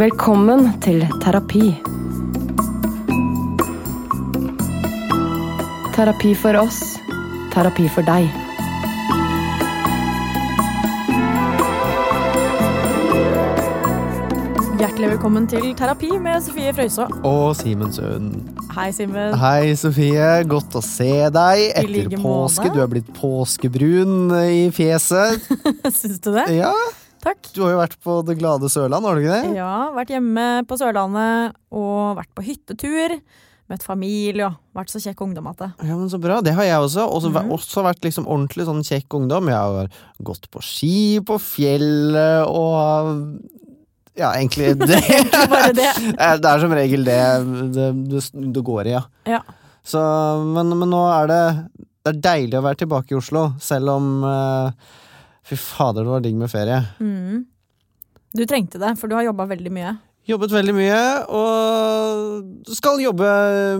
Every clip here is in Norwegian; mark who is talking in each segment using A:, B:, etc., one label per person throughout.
A: Velkommen til terapi. Terapi for oss. Terapi for deg.
B: Hjertelig velkommen til terapi med Sofie Frøysaa.
C: Og Simen Sund.
B: Hei, Simen.
C: Hei, Sofie. Godt å se deg etter
B: like måte.
C: påske. Du er blitt påskebrun i fjeset.
B: Syns du det?
C: Ja,
B: Takk.
C: Du har jo vært på det glade Sørland, har du ikke det?
B: Ja, vært hjemme på Sørlandet og vært på hyttetur. Møtt familie og vært så kjekk ungdom at det.
C: Ja, men Så bra. Det har jeg også. Også,
B: Mhm.
C: også vært liksom ordentlig sånn kjekk ungdom. Jeg har gått på ski på fjellet og har- Ja, egentlig det.
B: Bare det.
C: Eh, det er som regel det det, det, det går i, ja.
B: Ja.
C: Så, men, men nå er det Det er deilig å være tilbake i Oslo, selv om eh, Fy fader, det var digg med ferie.
B: Mm. Du trengte det, for du har jobba veldig mye.
C: Jobbet veldig mye, og skal jobbe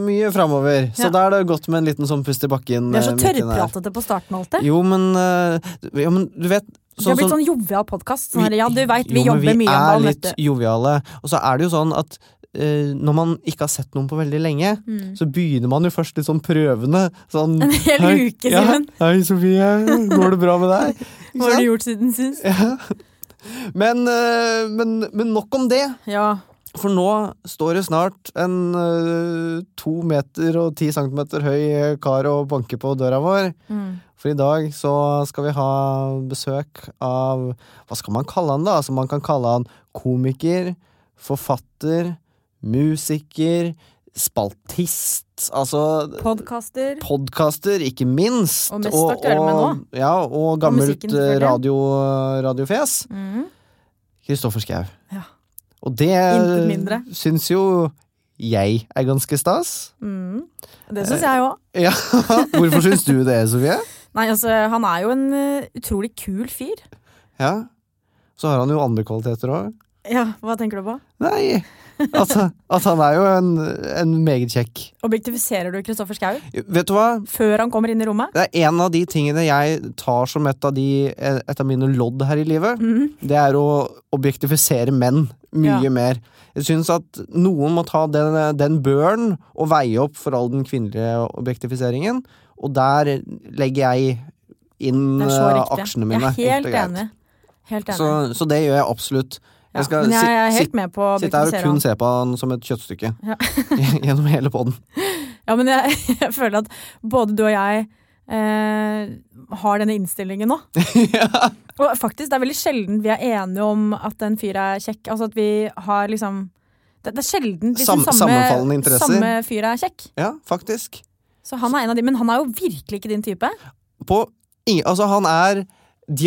C: mye framover. Så
B: Ja.
C: da er det godt med en liten sånn pust i bakken.
B: Vi er
C: eh,
B: så
C: midt i den her.
B: tørrpratete på starten alltid.
C: Jo, men eh, Jo, men du vet
B: Vi har blitt sånn jovial podkast. Sånn, her, ja, du veit, vi
C: jo, men
B: jobber mye om
C: Vi
B: dagen,
C: er
B: vet
C: litt
B: du.
C: joviale. Og så er det jo sånn at eh, når man ikke har sett noen på veldig lenge, så begynner man jo først litt sånn prøvende. Sånn,
B: Mm. En hel
C: «Hei,
B: uke,
C: ja,
B: Simen.
C: Hei, Sofie. Går det bra med deg? Ikke
B: Hva har
C: sant?
B: du gjort siden sist?
C: Men, eh, men, men nok om det.
B: Ja.
C: For nå står det snart en eh, to meter og ti centimeter høy eh, kar og banker på døra vår. For i dag så skal vi ha besøk av Hva skal man kalle han da? Altså Man kan kalle han komiker, forfatter, musiker, spaltist Altså
B: Podkaster.
C: podkaster, ikke minst.
B: Og mest aktuelle med nå.
C: Ja, og gammelt
B: musikken, selvfølgelig. Mhm.
C: eh, radio, radiofjes. Kristoffer Schau.
B: Ja.
C: Og det
B: Intet mindre.
C: syns jo jeg er ganske stas.
B: Mm.
C: Eh.
B: Det syns jeg òg.
C: Ja, Hvorfor syns du det, Sofie?
B: Nei, altså, han er jo en eh, utrolig kul fyr.
C: Ja. Så har han jo andre kvaliteter òg.
B: Ja, hva tenker du på?
C: Nei! Altså, at han er jo en, en meget kjekk
B: Objektifiserer du Kristoffer Schau
C: Vet du hva?
B: før han kommer inn i rommet?
C: Det er en av de tingene jeg tar som et av, de, et av mine lodd her i livet. Det er å objektifisere menn mye
B: Mhm. Ja.
C: mer. Jeg syns at noen må ta den, den børen og veie opp for all den kvinnelige objektifiseringen. Og der legger jeg inn
B: Det er så
C: eh,
B: riktig.
C: aksjene mine.
B: Jeg er
C: og
B: helt
C: greit.
B: enig. Helt enig.
C: Så, så det gjør jeg absolutt.
B: ja.
C: Jeg skal
B: Men jeg er
C: sit-
B: helt med på å
C: sitte her og
B: objektifisere
C: kun
B: han.
C: se på han som et kjøttstykke
B: Ja.
C: gjennom hele poden.
B: Ja, men jeg, jeg føler at både du og jeg eh, har denne innstillingen nå. Og faktisk, det er veldig sjelden vi er enige om at en fyr er kjekk. Altså at vi har liksom Det, det er sjelden hvis
C: Sam-
B: den
C: sammenfallende
B: samme,
C: interesser.
B: samme fyr er kjekk.
C: Ja, faktisk.
B: Så han er en av de, men han er jo virkelig ikke din type.
C: på ing- Altså, han er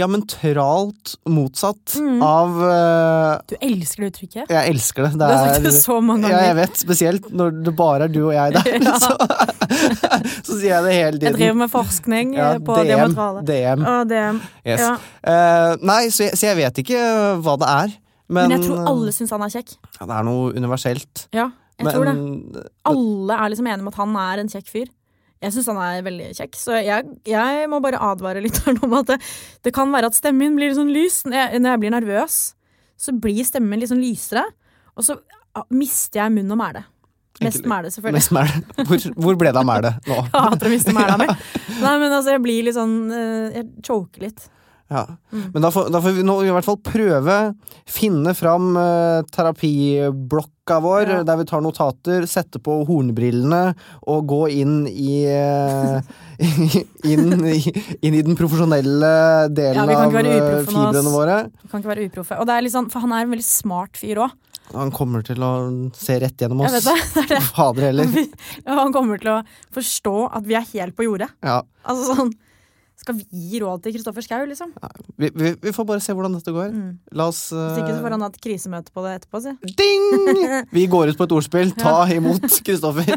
C: diametralt motsatt
B: Mm.
C: av eh,
B: Du elsker det uttrykket.
C: Jeg elsker det.
B: Du
C: det
B: har sagt det så mange
C: ja, jeg
B: ganger.
C: vet. Spesielt når det bare er du og jeg der.
B: Ja.
C: Så, så sier jeg det hele
B: Jeg
C: tiden.
B: driver med forskning eh,
C: Ja,
B: på
C: DM,
B: diametrale.
C: DM.
B: Å, DM.
C: Yes.
B: Ja.
C: Eh, nei, så jeg, så jeg vet ikke eh, hva det er. Men, eh,
B: Men jeg tror alle syns han er kjekk.
C: ja, Det er noe universelt.
B: Ja, jeg
C: men, eh,
B: tror det. Alle er liksom enige om at han er en kjekk fyr. Jeg syns han er veldig kjekk, så jeg, jeg må bare advare litt her nå om at det, det kan være at stemmen min blir litt sånn lys. Når jeg, når jeg blir nervøs, så blir stemmen min litt sånn lysere, og så ah, mister jeg munn og mæle. Mest mæle, selvfølgelig.
C: Mest mæl. Hvor, hvor ble det av mælet nå?
B: Jeg hater å miste mæla mi. Nei, men altså, jeg blir litt sånn eh, Jeg choker litt.
C: Ja.
B: Mm.
C: Men da får, da får vi nå i hvert fall prøve, finne fram eh, terapiblokka vår,
B: Ja.
C: der vi tar notater, sette på hornbrillene og gå inn i eh, inn, i, inn i den profesjonelle
B: Ja,
C: delen
B: vi kan
C: av
B: ikke være
C: eh,
B: uproffe nå, ass.
C: fibrene våre.
B: Du kan ikke være uproffe. Og det er litt sånn, For han er en veldig smart fyr òg.
C: Han kommer til å se rett gjennom
B: Jeg
C: oss.
B: vet det. det, er det.
C: Fader heller.
B: Og han kommer til å forstå at vi er helt på jordet.
C: Ja.
B: Altså sånn Skal vi gi råd til Kristoffer Schau, liksom?
C: Vi, vi, vi får bare se hvordan dette går. La oss eh,
B: Mm. Hvis ikke så får han ha et krisemøte på det etterpå, si.
C: Ding! Vi går ut på et ordspill. Ta imot Kristoffer.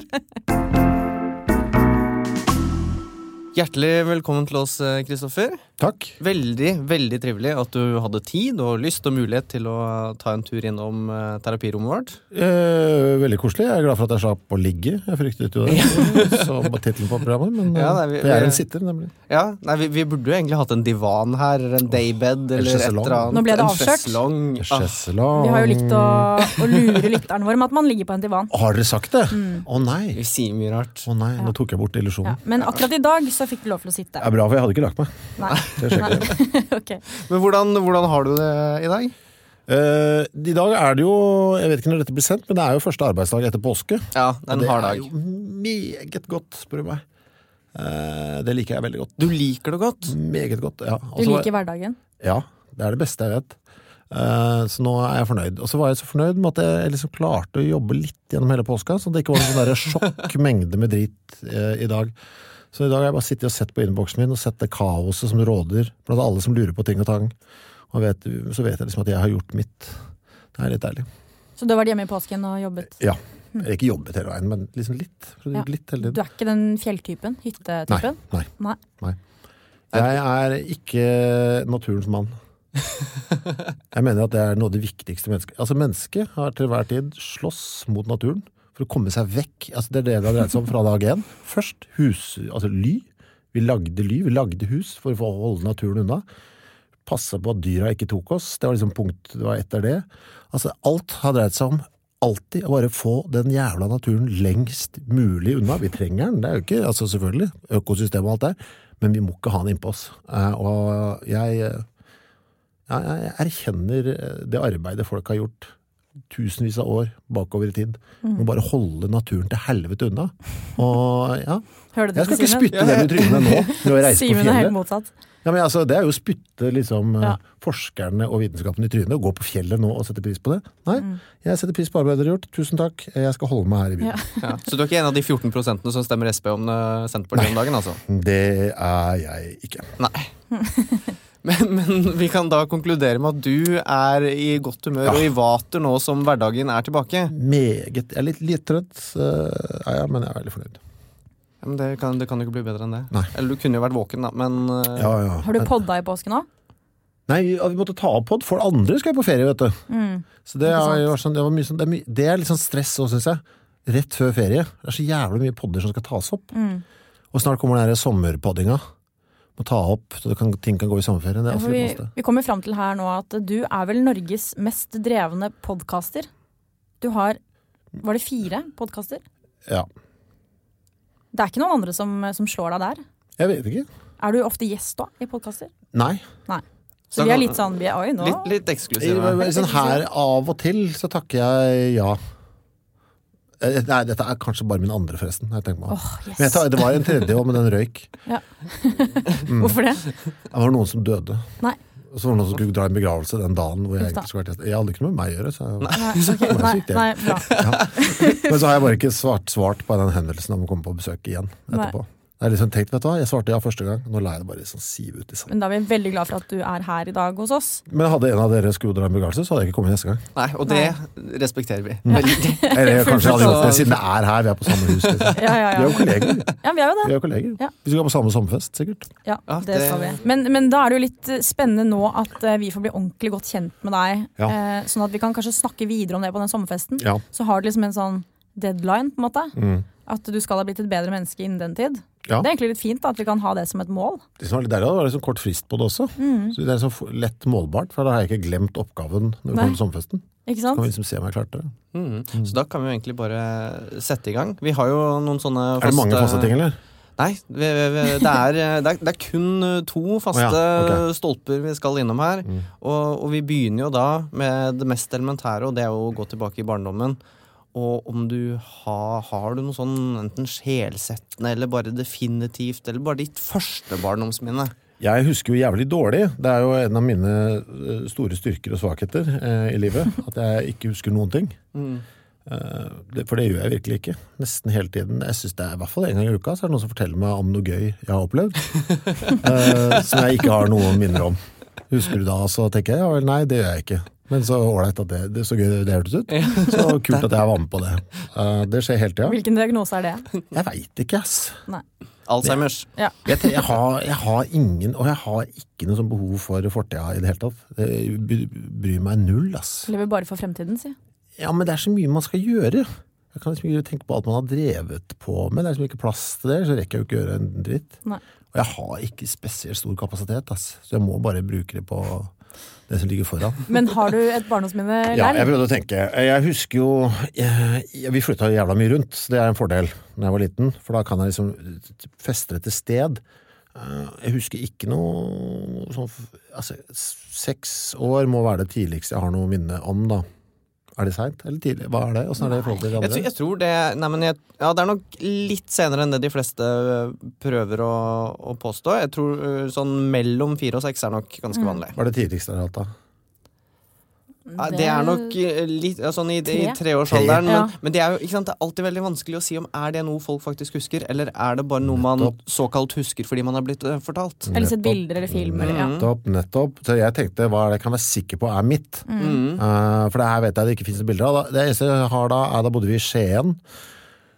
C: Hjertelig velkommen til oss, eh, Kristoffer.
D: Takk.
C: Veldig veldig trivelig at du hadde tid og lyst og mulighet til å ta en tur innom eh, terapirommet vårt.
D: Eh, veldig koselig. Jeg er glad for at jeg slapp å ligge. Jeg fryktet jo det. Så var tittelen på programmet. Men
C: Ja,
D: eh,
C: nei, vi-
D: for jeg er
C: vi-
D: en sitter, nemlig.
C: Ja, nei, vi, vi burde jo egentlig hatt en divan her, eller en daybed, eller et
D: sjeselong.
C: eller annet.
B: Nå ble det
C: En
B: avslørt.
C: sjeselong. Ah,
D: Sjeselong.
B: Vi har jo likt å, å lure lytteren vår med at man ligger på en divan.
D: Har dere sagt det? Å nei.
C: vi sier mye rart.
D: Å nei, nå tok jeg bort illusjonen.
B: Mm. Ja. Men akkurat i dag så fikk du lov til å sitte.
D: Det er bra, for jeg hadde ikke lagt meg.
B: Nei.
D: Det sjekker jeg.
B: Ok.
C: Men hvordan, hvordan har du det i dag?
D: Eh, I dag er det jo Jeg vet ikke når dette blir sendt, men det er jo første arbeidsdag etter påske.
C: Ja, det er en hard
D: Det er
C: dag.
D: jo meget godt, spør du meg. Eh, det liker jeg veldig godt.
C: Du liker det godt.
D: Meget godt, ja.
B: Du
D: Og så var-
B: liker hverdagen.
D: Ja, det er det beste jeg vet. Eh, Så nå er jeg fornøyd. Og så var jeg så fornøyd med at jeg liksom klarte å jobbe litt gjennom hele påska, så det ikke var en sånn der sjokk mengde med drit eh, i dag. Så i dag har jeg bare sittet og sett på innboksen min og sett det kaoset som råder blant alle som lurer på ting og tang. Og vet, så vet jeg liksom at jeg har gjort mitt. Det er litt deilig.
B: Så du har vært hjemme i påsken og jobbet?
D: Ja. Jeg har ikke jobbet hele veien, men liksom litt.
B: Ja.
D: Litt hele
B: Du
D: tiden.
B: er ikke den fjelltypen?
D: Nei,
B: Hyttetypen?
D: nei.
B: Nei.
D: Jeg er ikke naturens mann. Jeg mener at det er noe av det viktigste mennesket Altså, mennesket har til hver tid slåss mot naturen for å komme seg vekk. Altså, det er det det har dreid seg om fra dag én. Først hus, altså ly. Vi lagde ly, vi lagde hus for å få holde naturen unna. Passe på at dyra ikke tok oss. Det var liksom punkt det var etter det. Altså, alt har dreid seg om alltid å bare få den jævla naturen lengst mulig unna. Vi trenger den, det er jo ikke altså selvfølgelig, økosystemet og alt der, men vi må ikke ha den innpå oss. Eh, Og jeg, eh, jeg, jeg erkjenner eh, det arbeidet folk har gjort tusenvis av år bakover i tid. Vi må bare holde naturen til helvete unna. Og ja,
B: Hører du det
D: jeg skal ikke
B: Kristine?
D: spytte det i trynet nå, når jeg reiser på
B: Simen er helt
D: fjellet.
B: motsatt.
D: Ja, men altså, det er jo å spytte liksom, eh,
B: Ja.
D: forskerne og vitenskapen i trynet og gå på fjellet nå og sette pris på det. Nei, jeg setter pris på arbeidet dere har gjort. Tusen takk. Jeg skal holde meg her i
B: Mm.
D: byen.
B: Ja.
C: Ja. Så du er ikke en av de 14 prosentene som stemmer SP om eh, Senterpartiet om dagen, altså?
D: Det er jeg ikke.
C: Nei. Men, men vi kan da konkludere med at du er i godt humør og i vater nå som hverdagen er tilbake.
D: Meget. Jeg er litt, litt trøtt, eh, er jeg, men jeg er veldig fornøyd.
C: Ja, men det, kan, det kan jo ikke bli bedre enn det.
D: Nei.
C: Eller du kunne jo vært våken, da, men eh,
D: Ja, ja.
B: Har du podda i påsken òg?
D: Nei, vi vi måtte ta av podd, for andre skal jo på ferie, vet du. Så
B: Mm.
D: det,
B: Ikke
D: er,
B: sant.
D: jo sånn, det, var mye sånn, det, er mye- det er litt sånn stress òg, syns jeg. Rett før ferie. Det er så jævlig mye podder som skal tas opp.
B: Mm.
D: Og snart kommer den der sommerpoddinga. Må ta opp, så det kan, ting kan gå i sommerferien. Det er også
B: vi,
D: litt masse.
B: vi kommer fram til her nå at du er vel Norges mest drevne podkaster. Du har Var det fire podkaster?
D: Ja.
B: Det er ikke noen andre som, som slår deg der?
D: Jeg vet ikke.
B: Er du ofte gjest da, i podkaster?
D: Nei.
B: Så
C: Da
B: vi er
C: kan-
B: litt sånn vi er, Oi, nå
C: litt, litt eksklusive.
D: Sånn her av og til så takker jeg ja. Eh, Nei, dette er kanskje bare min andre, forresten. når Jeg tenker meg om.
B: Åh, yes.
D: Men jeg tar, det var en tredje òg, men den røyk.
B: Hvorfor det?
D: Det var noen som døde.
B: Nei.
D: Og så var det noen som skulle dra i en begravelse den dagen hvor
B: Uff da.
D: jeg egentlig skulle vært gjest. Jeg hadde ikke noe med meg å gjøre. Så jeg,
B: Nei, ok, nei, nei bra.
D: men så har jeg bare ikke svart, svart på den henvendelsen om å komme på besøk igjen etterpå. Jeg har liksom tenkt, vet du hva, jeg svarte ja første gang, nå lar jeg det bare sånn sive ut i sanden.
B: Men da er vi veldig glad for at du er her i dag hos oss.
D: Men hadde en av dere skulle dra i en begravelse, så hadde jeg ikke kommet neste gang.
C: Nei, og det respekterer vi. Veldig.
D: Eller jeg kanskje hadde gjort det
C: Så-
D: siden det er her, vi er på samme hus. Liksom.
B: Ja, ja,
D: Vi er jo
B: ja.
D: kolleger.
B: ja vi er jo det.
D: Vi er jo kolleger.
B: Ja.
D: Vi skal på samme sommerfest, sikkert.
B: Ja,
C: Ja,
B: det
C: det-
B: skal vi. Men, men da er det jo litt eh, spennende nå at eh, vi får bli ordentlig godt kjent med deg.
D: Ja.
B: eh, Sånn at vi kan kanskje snakke videre om det på den sommerfesten.
D: Ja.
B: Så har du liksom en sånn deadline, på en måte.
D: Mm.
B: At du skal ha blitt et bedre menneske innen den tid.
D: Ja.
B: Det er egentlig litt fint da, at vi kan ha det som et mål.
D: Det som var litt deilig, det var liksom
B: Mm.
D: kort frist på det også. Så det er liksom lett målbart, for da har jeg ikke glemt oppgaven når
B: Nei.
D: vi kommer på sommerfesten.
B: Ikke
D: Kan vi
B: sant?
D: liksom se om jeg klarte det.
C: Mm. Så da kan vi jo egentlig bare sette i gang. Vi har jo noen sånne
D: Er det mange faste ting, eller?
C: Nei, vi, vi, vi, det, er, eh, det, er, det er kun eh, to faste
D: Å ja, Mm.
C: stolper vi skal innom her. Og, og vi begynner jo da med det mest elementære, og det er jo å gå tilbake i barndommen. Og om du har, har du noe sånn enten sjelsettende eller bare definitivt, eller bare ditt første barndomsminne.
D: Jeg husker jo jævlig dårlig. Det er jo en av mine eh, store styrker og svakheter eh, i livet. At jeg ikke husker noen ting. Eh, det, for det gjør jeg virkelig ikke. Nesten hele tiden. Jeg synes det er i hvert fall en gang i uka så er det noen som forteller meg om noe gøy jeg har opplevd. eh, som jeg ikke har noen minner om. Husker du da, så tenker jeg ja vel, nei, det gjør jeg ikke. Men så ålreit at det, det så gøy det hørtes ut. Så kult at jeg var med på det. Eh, det skjer hele tida.
B: Hvilken diagnose er det?
D: Jeg veit ikke, ass.
B: Nei.
C: Alzheimers.
B: Ja.
D: Jeg, tenker, jeg, har, jeg har ingen, og jeg har ikke noe sånn behov for fortida i det hele tatt. Jeg bry- bryr meg null, ass.
B: Lever bare for fremtiden, si.
D: Ja, men det er så mye man skal gjøre. Jeg kan liksom ikke tenke på alt man har drevet på med. Det er liksom ikke plass til det, så rekker jeg jo ikke å gjøre en dritt.
B: Nei.
D: Og jeg har ikke spesielt stor kapasitet, ass. Så jeg må bare bruke det på det som ligger foran.
B: Men har du et barndomsminne
D: Ja,
B: der?
D: jeg prøvde å tenke. Jeg husker jo jeg, jeg- Vi flytta jo jævla mye rundt, så det er en fordel når jeg var liten. For da kan jeg liksom feste det til sted. Eh, Jeg husker ikke noe sånn f- Altså, s- seks år må være det tidligste jeg har noe minne om, da. Er det seint eller tidlig? Hva er det? Åssen er det i forhold til de
C: Jeg, tror-
D: andre?
C: jeg tror det Nei, men jeg, ja, det er nok litt senere enn det de fleste øh, prøver å, å påstå. Jeg tror øh, sånn mellom fire og seks er nok ganske vanlig.
D: Hva er det tidligste dere har hatt, da?
C: Ja, det er nok eh, litt ja, sånn i, i
B: Tre.
C: treårsalderen,
B: Ja.
C: men, men det er jo ikke sant, det er alltid veldig vanskelig å si om er det noe folk faktisk husker, eller er det bare noe man
D: Nettopp.
C: såkalt husker fordi man er blitt eh, fortalt.
B: Eller sett
D: Nettopp.
B: bilder eller film. Eller, ja.
D: Nettopp, nettopp. Så jeg tenkte hva er det jeg kan være sikker på er mitt.
B: Mm.
D: Eh, for det her vet jeg det ikke finnes bilder av. Da- Det eneste jeg har da, er da bodde vi i Skien.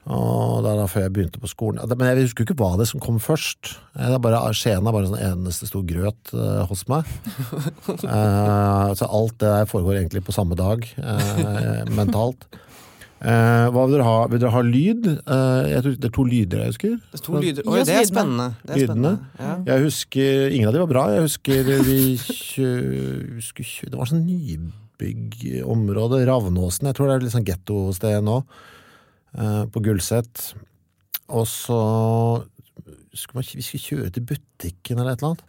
D: Og det er da før jeg begynte på skolen. Ja, det- Men jeg husker jo ikke hva det som kom først. Eh, Det er bare, Skien er bare en sånn eneste stor grøt eh, hos meg. Eh, så alt det der foregår egentlig på samme dag, eh, mentalt. Eh, hva vil dere ha? Vil dere ha lyd? Eh, jeg tror, det er to lyder jeg husker.
C: Det er to lyder.
B: Gi
C: Oi,
B: oss
C: det er
B: lydene.
C: spennende. Det er
D: Lydene.
C: spennende. Ja.
D: Jeg husker, ingen av de var bra. Jeg husker vi kjø, husker, kjø, Det var sånn nybyggområde, Ravnåsen. Jeg tror det er litt sånn gettosted nå, eh, på Gulset. Og så skulle man, vi skulle kjøre til butikken eller et eller annet.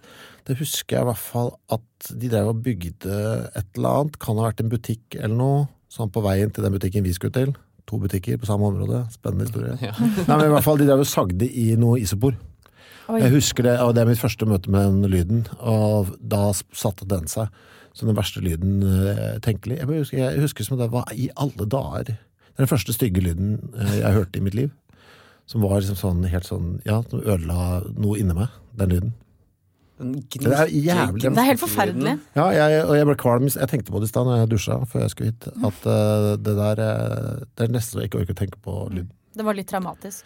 D: Det husker jeg i hvert fall at de drev og bygde et eller annet. Kan ha vært en butikk eller noe. Sånn på veien til den butikken vi skulle til. To butikker på samme område. Spennende historie. Nei, men i hvert fall De drev og sagde i noe isopor.
B: Oi.
D: Jeg husker det, og det er mitt første møte med den lyden, og da s- satte den seg som den verste lyden eh, tenkelig. Jeg, bare husker, jeg husker som det var i alle dager. Det er den første stygge lyden eh, jeg hørte i mitt liv, som var liksom sånn, helt sånn, ja, som ødela noe inni meg, den lyden.
C: Den
D: Det er jævlig-
B: Det er helt forferdelig.
D: Ja, jeg, og jeg ble kvalm, jeg tenkte på det i stad når jeg dusja før jeg skulle hit, at eh, det der, eh, det er nesten så jeg ikke orker å tenke på lyden.
B: Det var litt traumatisk.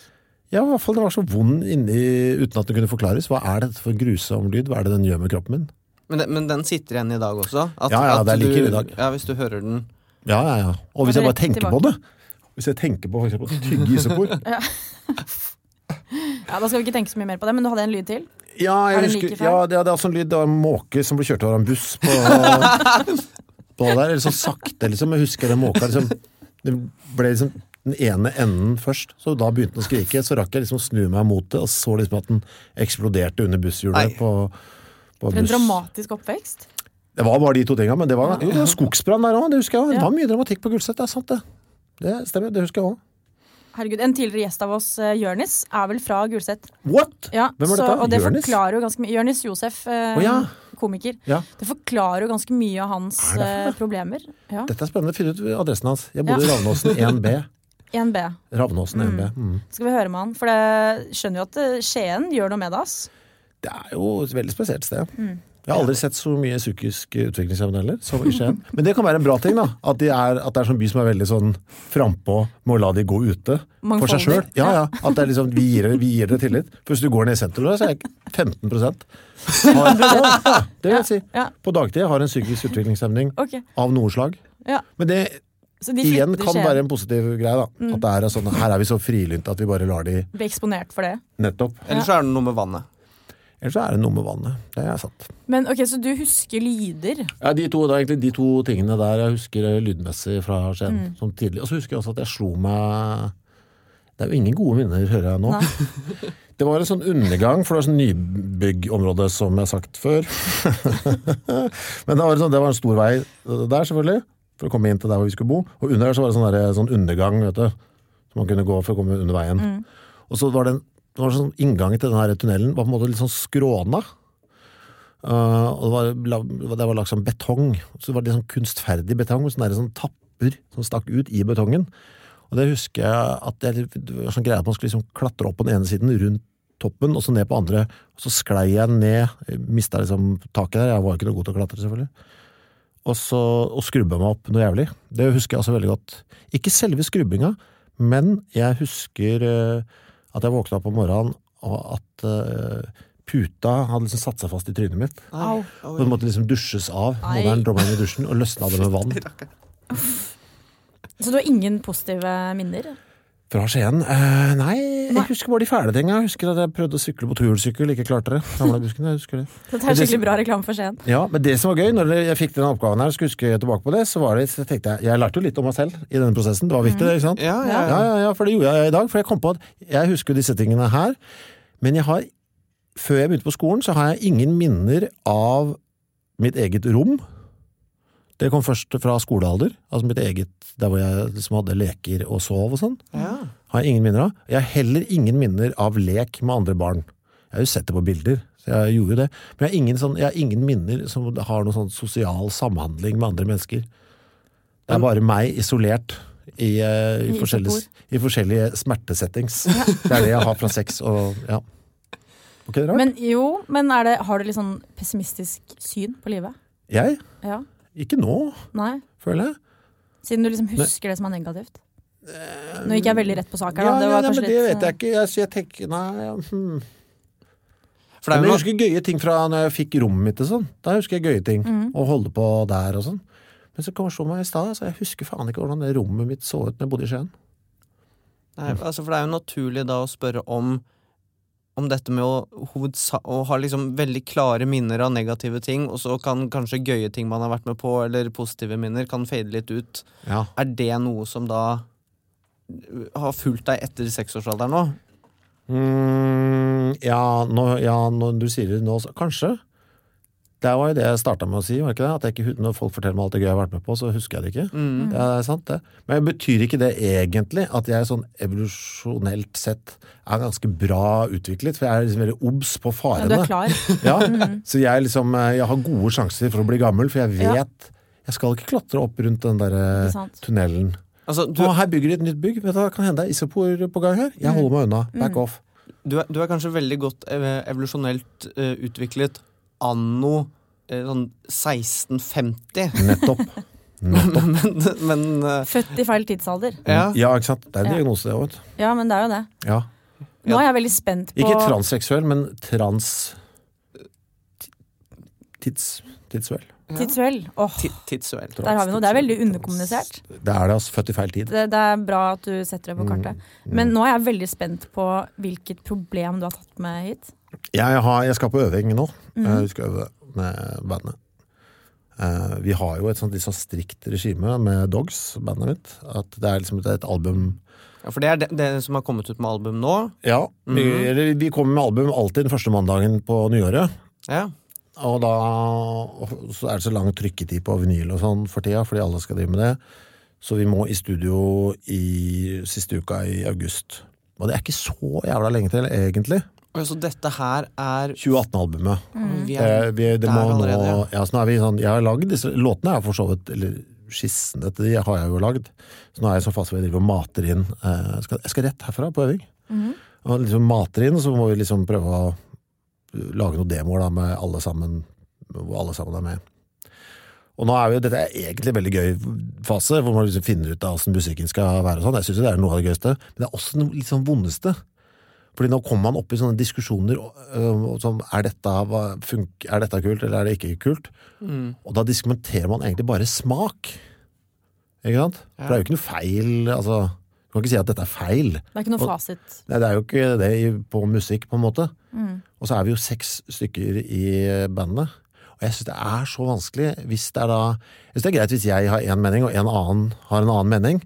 D: Ja, i hvert fall det var så vond inni, uten at det kunne forklares. Hva er dette for en grusom lyd? Hva er det den gjør med kroppen min?
C: Men, den- men den sitter igjen i dag også? At-
D: Ja, ja,
C: at
D: det er like
C: du-
D: i dag.
C: Ja, hvis du hører den.
D: Ja, ja, ja. Og hvis
B: Og
D: jeg
B: det
D: bare tenker
B: tilbake.
D: på det Hvis jeg tenker på for eksempel å tygge isopor
B: Ja, Da skal vi ikke tenke så mye mer på det, men du hadde en lyd til.
D: Ja,
B: Er
D: jeg
B: det
D: husker
B: like fæl?
D: ja, det, ja, det er også en lyd av en måke som ble kjørt over en buss på, på der. Eller så sakte, liksom. Jeg husker den måka liksom Den ble liksom den ene enden først, så da begynte den å skrike. Så rakk jeg liksom å snu meg mot det, og så liksom at den eksploderte under
C: Nei.
D: busshjulet på, på
B: For en
D: buss.
B: dramatisk oppvekst.
D: Det var bare de to tinga, men det var, jo, det var skogsbrann der òg, det husker jeg òg. Det var mye dramatikk på Gulset, det er sant det. Det stemmer, det husker jeg òg.
B: Herregud, En tidligere gjest av oss, eh, Jørnis, er vel fra Gulset.
D: What?!
B: Ja,
D: Hvem var
B: så,
D: dette?
B: og det
D: Jonis?
B: forklarer jo ganske mye Jørnis Josef, eh,
D: Å, ja.
B: komiker.
D: Ja.
B: Det forklarer jo ganske mye av hans
D: Er det
B: eh, problemer. Ja.
D: Dette er spennende. Finn ut adressen hans. Jeg bodde i Ravnåsen 1B.
B: 1B.
D: Ravnåsen 1B. Mm.
B: Skal vi høre med han? For det skjønner jo at eh, Skien gjør noe med det. ass.
D: Det er jo et veldig spesielt sted.
B: Mm.
D: Jeg har aldri sett så mye psykisk utviklingshemmede heller, som i Skien. Men det kan være en bra ting, da. At, de er, at det er en sånn by som er veldig sånn frampå med å la de gå ute. For seg
B: Mangfoldig.
D: sjøl. Ja, ja. At det er liksom, vi gir, vi gir dere tillit. For hvis du går ned i sentrum, da, så er jeg 15 har, ja, Det vil jeg si.
B: ja.
D: På dagtid har en psykisk utviklingshemning
B: Ok.
D: av noe slag.
B: Ja.
D: Men det
B: Så de
D: igjen
B: flytter
D: kan
B: Skien. Mm.
D: være en positiv greie, da. At det er en sånn, her er vi så frilynte at vi bare lar de
B: Bli eksponert for det.
D: Nettopp.
C: Eller så er det noe med vannet.
D: Eller så er det noe med vannet. Det er sant.
B: Men ok, så du husker lyder.
D: Ja, de to, det er egentlig de to tingene der jeg husker eh, lydmessig fra Skien. Som tidlig. Og så husker jeg også at jeg slo meg Det er jo ingen gode minner, hører jeg nå. Det var en sånn undergang, for det var sånn nybyggområde, som jeg har sagt før. Men det var, sånn, det var en stor vei der, selvfølgelig, for å komme inn til der hvor vi skulle bo. Og under der så var det sånn, der, sånn undergang, vet du, som man kunne gå for å komme under veien. Og så var det en det var sånn inngang til den her tunnelen var på en måte litt sånn skråna. Uh, og det var, la- det var lagt sånn betong, så det var litt sånn kunstferdig betong, sånn der sånn tapper som stakk ut i betongen. Og det husker jeg at jeg, det var sånn greie at man skulle liksom klatre opp på den ene siden rundt toppen, og så ned på andre, og så sklei jeg ned, jeg mistet liksom taket der, jeg var jo ikke noe god til å klatre selvfølgelig. Og så og skrubbe meg opp noe jævlig. Det husker jeg altså veldig godt. Ikke selve skrubbinga, men jeg husker eh, at jeg våkna opp om morgenen, og at eh, puta hadde liksom satt seg fast i trynet mitt.
B: Au.
D: Og den måtte liksom dusjes av.
B: Nei.
D: Moderen droppa inn i dusjen og løsna det med vann.
B: Så du har ingen positive minner?
D: Fra Skien? Eh, nei,
B: Nei.
D: jeg husker bare de fæle tinga. Jeg husker at jeg prøvde å sykle på turhjulssykkel, ikke klarte det. Samla buskene, jeg husker det.
B: Dette er skikkelig bra reklame for Skien.
D: Ja, men det som var gøy, når jeg fikk denne oppgaven her, skulle huske tilbake på det, så var det, så tenkte jeg, jeg lærte jo litt om meg selv i denne prosessen. Det var
B: Mhm.
D: viktig, det, ikke sant?
E: Ja, ja,
D: Ja, ja, ja, for det gjorde jeg i dag, for jeg kom på at jeg husker disse tingene her, men jeg har, før jeg begynte på skolen, så har jeg ingen minner av mitt eget rom. Det kom først fra skolealder, altså mitt eget, der hvor jeg liksom hadde leker og sov og sånn. Har jeg ingen minner av. Jeg har heller ingen minner av lek med andre barn. Jeg har jo sett det på bilder, så jeg gjorde jo det. Men jeg har ingen, sånn, jeg har ingen minner som har noen sånn sosial samhandling med andre mennesker. Det er bare meg isolert i, eh, i,
B: I
D: forskjellige, i forskjellige smertesettings. Det er det jeg har fra sex og ja. Ok, dere?
B: Men jo, men er det, har du litt sånn pessimistisk syn på livet?
D: Jeg?
B: Ja?
D: Ikke nå,
B: Nei?
D: føler jeg.
B: Siden du liksom husker det som er negativt? Nå gikk jeg veldig rett på sak her,
D: Ja,
B: da.
D: ja,
B: Det
D: ja,
B: var
D: men
B: kanskje
D: det vet jeg
B: litt sånn.
D: ikke. Jeg, så jeg tenker, nei, ja, hmm.
E: For det er
D: Men
E: jo
D: jeg
E: noe-
D: husker gøye ting fra når jeg fikk rommet mitt og sånn. Da husker jeg gøye ting.
B: Mm.
D: Å holde på der og sånn. Men så kom jeg og så meg i stad, så jeg husker faen ikke hvordan det rommet mitt så ut når jeg bodde i Skien.
E: Nei, altså, for det er jo naturlig da å spørre om om dette med å, hovedsa å ha liksom veldig klare minner av negative ting, og så kan kanskje gøye ting man har vært med på, eller positive minner, kan fade litt ut.
D: Ja.
E: Er det noe som da øh, har fulgt deg etter seksårsalderen nå?
D: Mm, ja, nå, ja, når du sier det nå, så kanskje. Det var jo det jeg starta med å si, var det ikke det? At jeg ikke, hu- når folk forteller meg alt det gøy jeg har vært med på, så husker jeg det ikke.
B: Mm.
D: Det er sant, det. Men betyr ikke det egentlig at jeg sånn evolusjonelt sett er ganske bra utviklet? For jeg er liksom veldig obs på
B: sånn. Ja,
D: farene.
B: du er klar? Mm.
D: Ja, så jeg, liksom, eh, jeg har gode sjanser for å bli gammel, for jeg
B: Ja.
D: vet Jeg skal ikke klatre opp rundt den der
B: Ikke
D: eh,
B: sant?
D: tunnelen.
E: Altså, du,
D: Å, her bygger de et nytt bygg. Vet du, hva, kan hende det er isopor på gang her.
B: Mm.
D: Jeg holder meg unna. Back off.
E: du, er, du er kanskje veldig godt eh, evolusjonelt eh, utviklet anno eh, sånn 1650,
D: Nettopp.
E: men, men eh,
B: Født i feil tidsalder.
E: ja.
D: Ja, ikke sant. Det er en
B: Ja.
D: diagnose, det òg.
B: Ja, men det er jo det.
D: Ja.
B: Nå er jeg veldig spent på
D: Ikke transseksuell, men trans... Tids... Tidsuell.
B: Tidsvel. Åh,
E: ti- Tidsuelt.
B: der har vi noe. Det er veldig underkommunisert.
D: Det er det, altså. Født i feil tid.
B: Det, det er bra at du setter det på
D: Mm,
B: kartet. Men nå er jeg veldig spent på hvilket problem du har tatt med hit.
D: Jeg, har, jeg skal på øving nå. Eh, Vi skal øve med bandet. Eh, Vi har jo et sånt litt sånn strikt regime med Dogs, bandet mitt. At det er liksom et, et album
E: Ja, for det er det, det som har kommet ut med album nå.
D: Ja, vi, eller vi kommer med album alltid den første mandagen på nyåret.
E: Ja.
D: Og da og så er det så lang trykketid på vinyl og sånn for tida, fordi alle skal drive med det. Så vi må i studio i siste uka i august. Og det er ikke så jævla lenge til, egentlig.
E: Og så dette her er
D: 2018-albumet.
E: vi er,
D: Eh, vi, det
E: Der
D: må nå,
E: allerede,
D: ja.
E: ja.
D: så nå er vi sånn, jeg har lagd disse låtene, jeg har for så vidt, eller skissene til de har jeg jo lagd. Så nå er jeg så fast ved å drive og mater inn. Eh, jeg skal, jeg skal rett herfra på øving.
E: Mhm.
D: Og liksom mater inn, så må vi liksom prøve å lage noen demoer da, med alle sammen, hvor alle sammen er med. Og nå er vi, dette er egentlig en veldig gøy fase, hvor man liksom finner ut av hvordan musikken skal være og sånn. Jeg synes jo det er noe av det gøyeste, men det er også noe litt sånn vondeste. Fordi nå kommer man opp i sånne diskusjoner øh, som er dette, hva, funk, er dette kult, eller er det ikke kult? Og da diskuterer man egentlig bare smak. Ikke sant? For det er jo ikke noe feil, altså Du kan ikke si at dette er feil.
B: Det er ikke noe
D: Og-
B: fasit.
D: Nei, det er jo ikke det i- på musikk, på en måte. Og så er vi jo seks stykker i bandet. Og jeg syns det er så vanskelig hvis det er da Jeg synes det er greit hvis jeg har én mening, og en annen har en annen mening.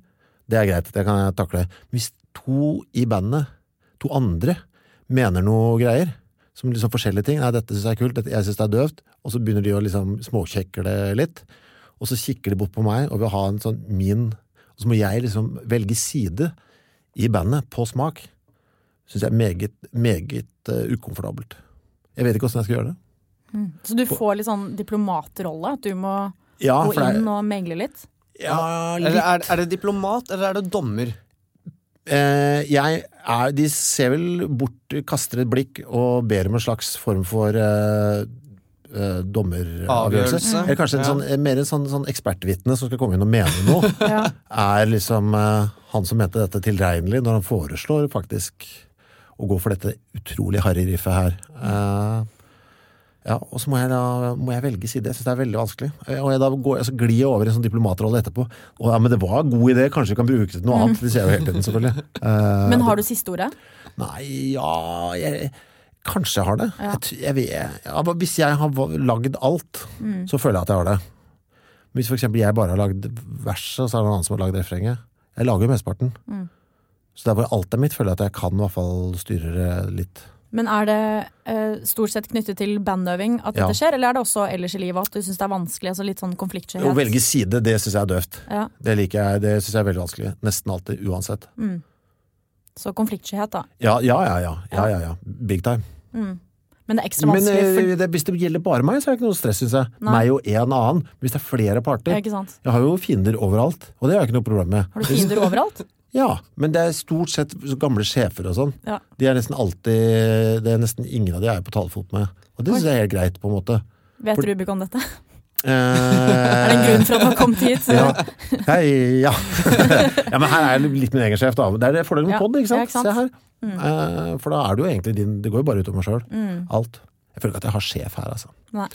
D: Det er greit, det kan jeg takle. Men hvis to i bandet, to andre, mener noe greier, som liksom forskjellige ting Nei, dette syns jeg er kult, dette, jeg syns det er døvt. Og så begynner de å liksom småkjekke det litt. Og så kikker de bort på meg og vil ha en sånn min Og så må jeg liksom velge side i bandet på smak syns jeg er meget, meget eh, ukomfortabelt. Jeg vet ikke åssen jeg skal gjøre det.
B: Så du får litt sånn diplomatrolle? At du må
D: Ja,
B: gå
D: Ah, for det
B: inn
D: er,
B: og megle litt?
D: ja,
E: Eller
D: litt.
E: er, er det diplomat, eller er det dommer?
D: Eh, jeg er, de ser vel bort, kaster et blikk og ber om en slags form for eh, eh, dommeravgjørelse.
E: Avgjørelse.
D: Eller kanskje en
E: Ja.
D: sånn, eh, mer en sånn, sånn ekspertvitne som skal komme inn og mene noe.
B: Ja.
D: Er liksom eh, han som mente dette tilregnelig, når han foreslår faktisk å gå for dette utrolig harry riffet her. Eh, ja, og så må jeg, da, må jeg velge side. Jeg syns det er veldig vanskelig. Eh, Og jeg da går, altså, glir jeg over i en sånn diplomatrolle etterpå. Å, ja, men det var en god idé, kanskje vi kan bruke det til noe annet. Det sier jeg jo hele tiden, selvfølgelig. Eh,
B: Men har du siste ordet?
D: Nei, ja jeg, Kanskje jeg har det. Jeg, t- jeg vet, ja, men hvis jeg har va- lagd alt,
B: Mm.
D: så føler jeg at jeg har det. Men Hvis for eksempel jeg bare har lagd verset, og så er det noen annen som har lagd refrenget. Jeg lager jo mesteparten.
B: Mm.
D: Så der hvor alt er mitt, føler jeg at jeg kan i hvert fall styre det litt.
B: Men er det eh, stort sett knyttet til bandøving at
D: Ja.
B: dette skjer, eller er det også ellers i livet at du syns det er vanskelig? Altså litt sånn konfliktskyhet?
D: Å velge side, det syns jeg er døvt.
B: Ja,
D: Det liker jeg, det syns jeg er veldig vanskelig. Nesten alltid, uansett.
B: Mm. så konfliktskyhet, da.
D: Ja, ja, ja. ja, ja, ja, ja. Big time.
B: Men det er ekstra
D: Men
B: vanskelig for
D: eh, det, hvis det gjelder bare meg, så er det ikke noe stress, syns jeg.
B: Nei.
D: Meg og en annen. Men Hvis det er flere parter
B: Ja, ikke sant?
D: Jeg har jo fiender overalt, og det har jeg ikke noe problem med.
B: Har du fiender overalt?
D: Ja, Men det er stort sett gamle sjefer og sånn.
B: Ja.
D: De er nesten alltid Det er nesten ingen av de jeg er på talefot med. Og det syns jeg er helt greit, på en måte.
B: Vet
D: For-
B: Rubik om dette?
D: Eh,
B: Er det en grunn for at han kom hit?
D: ja. Hei, ja. ja, men her er jeg litt min egen sjef, da. Det er det fordelen med
B: Ja,
D: pod, ikke
B: ja,
D: sant?
B: ikke sant? Mm.
D: Se her. Eh, for da er det jo egentlig din Det går jo bare utover meg sjøl. Alt. Jeg føler ikke at jeg har sjef her, altså.
B: Nei.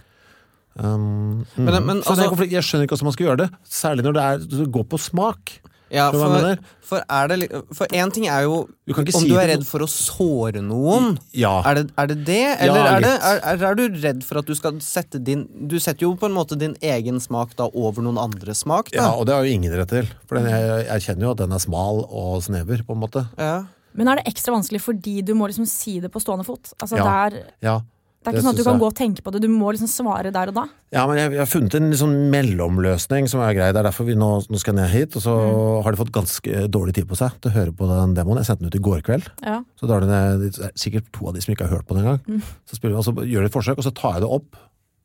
D: Um, mm.
E: Men- men
D: Så det er
E: altså-
D: konflikt. jeg skjønner ikke hvordan man skal gjøre det, særlig når det er, det går på smak.
C: Ja,
D: Skjønner du hva
C: for,
D: jeg mener?
C: for er det li- For én ting er jo
D: Du kan ikke
C: om
D: si
C: du
D: det
C: er
D: til-
C: redd for å såre noen.
D: Ja.
C: Er det er det, det? Eller er, det, er,
D: litt.
C: er, er du redd for at du skal sette din Du setter jo på en måte din egen smak da over noen andres smak,
D: ja,
C: da.
D: og det har jo ingen rett til. For den, jeg, jeg kjenner jo at den er smal og snever, på en måte.
C: Ja.
B: Men er det ekstra vanskelig fordi du må liksom si det på stående fot? Altså det,
D: Ja.
B: er,
D: Ja.
B: det er
D: Det
B: ikke sånn at du
D: synes
B: kan
D: jeg.
B: gå og tenke på det, du må liksom svare der og da.
D: Ja, men jeg, jeg har funnet en litt sånn mellomløsning som er grei. Det er derfor vi nå, nå skal jeg ned hit, og så har de fått ganske eh, dårlig tid på seg til å høre på den demoen. Jeg sendte den ut i går kveld.
B: Ja.
D: Så da er det, det er sikkert to av de som ikke har hørt på den engang. Så spiller vi, og så gjør de et forsøk, og så tar jeg det opp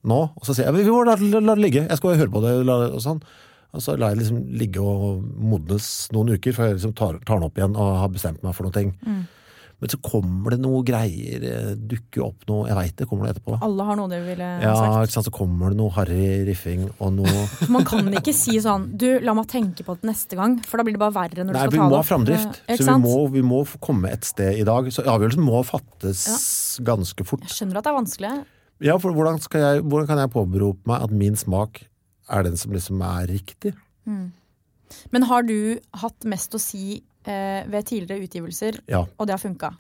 D: nå, og så sier jeg, vi må la, la, la det ligge, jeg skal høre på det, la, det- og sånn. Og så lar jeg liksom ligge og modnes noen uker, før jeg liksom tar, tar den opp igjen og har bestemt meg for noen ting. Men så kommer det noe greier, eh, dukker opp noe, jeg vet det, kommer det etterpå.
B: Alle har noe de ville
D: Ja,
B: Eh, sagt.
D: ikke sant, så kommer det noe harry riffing og noe...
B: Man kan ikke si sånn du, la meg tenke på det neste gang, for da blir det bare verre når
D: Nei,
B: du skal
D: vi
B: ta
D: må
B: det
D: ha
B: opp.
D: framdrift,
B: Ja, ikke
D: så vi
B: sant?
D: må, vi må få komme et sted i dag. Så avgjørelsen må fattes ganske fort.
B: Jeg skjønner at det er vanskelig.
D: Ja, for hvordan, skal jeg, hvordan kan jeg påberope meg at min smak er den som liksom er riktig?
B: Men har du hatt mest å si eh, ved tidligere utgivelser,
D: Ja.
B: og det har funka?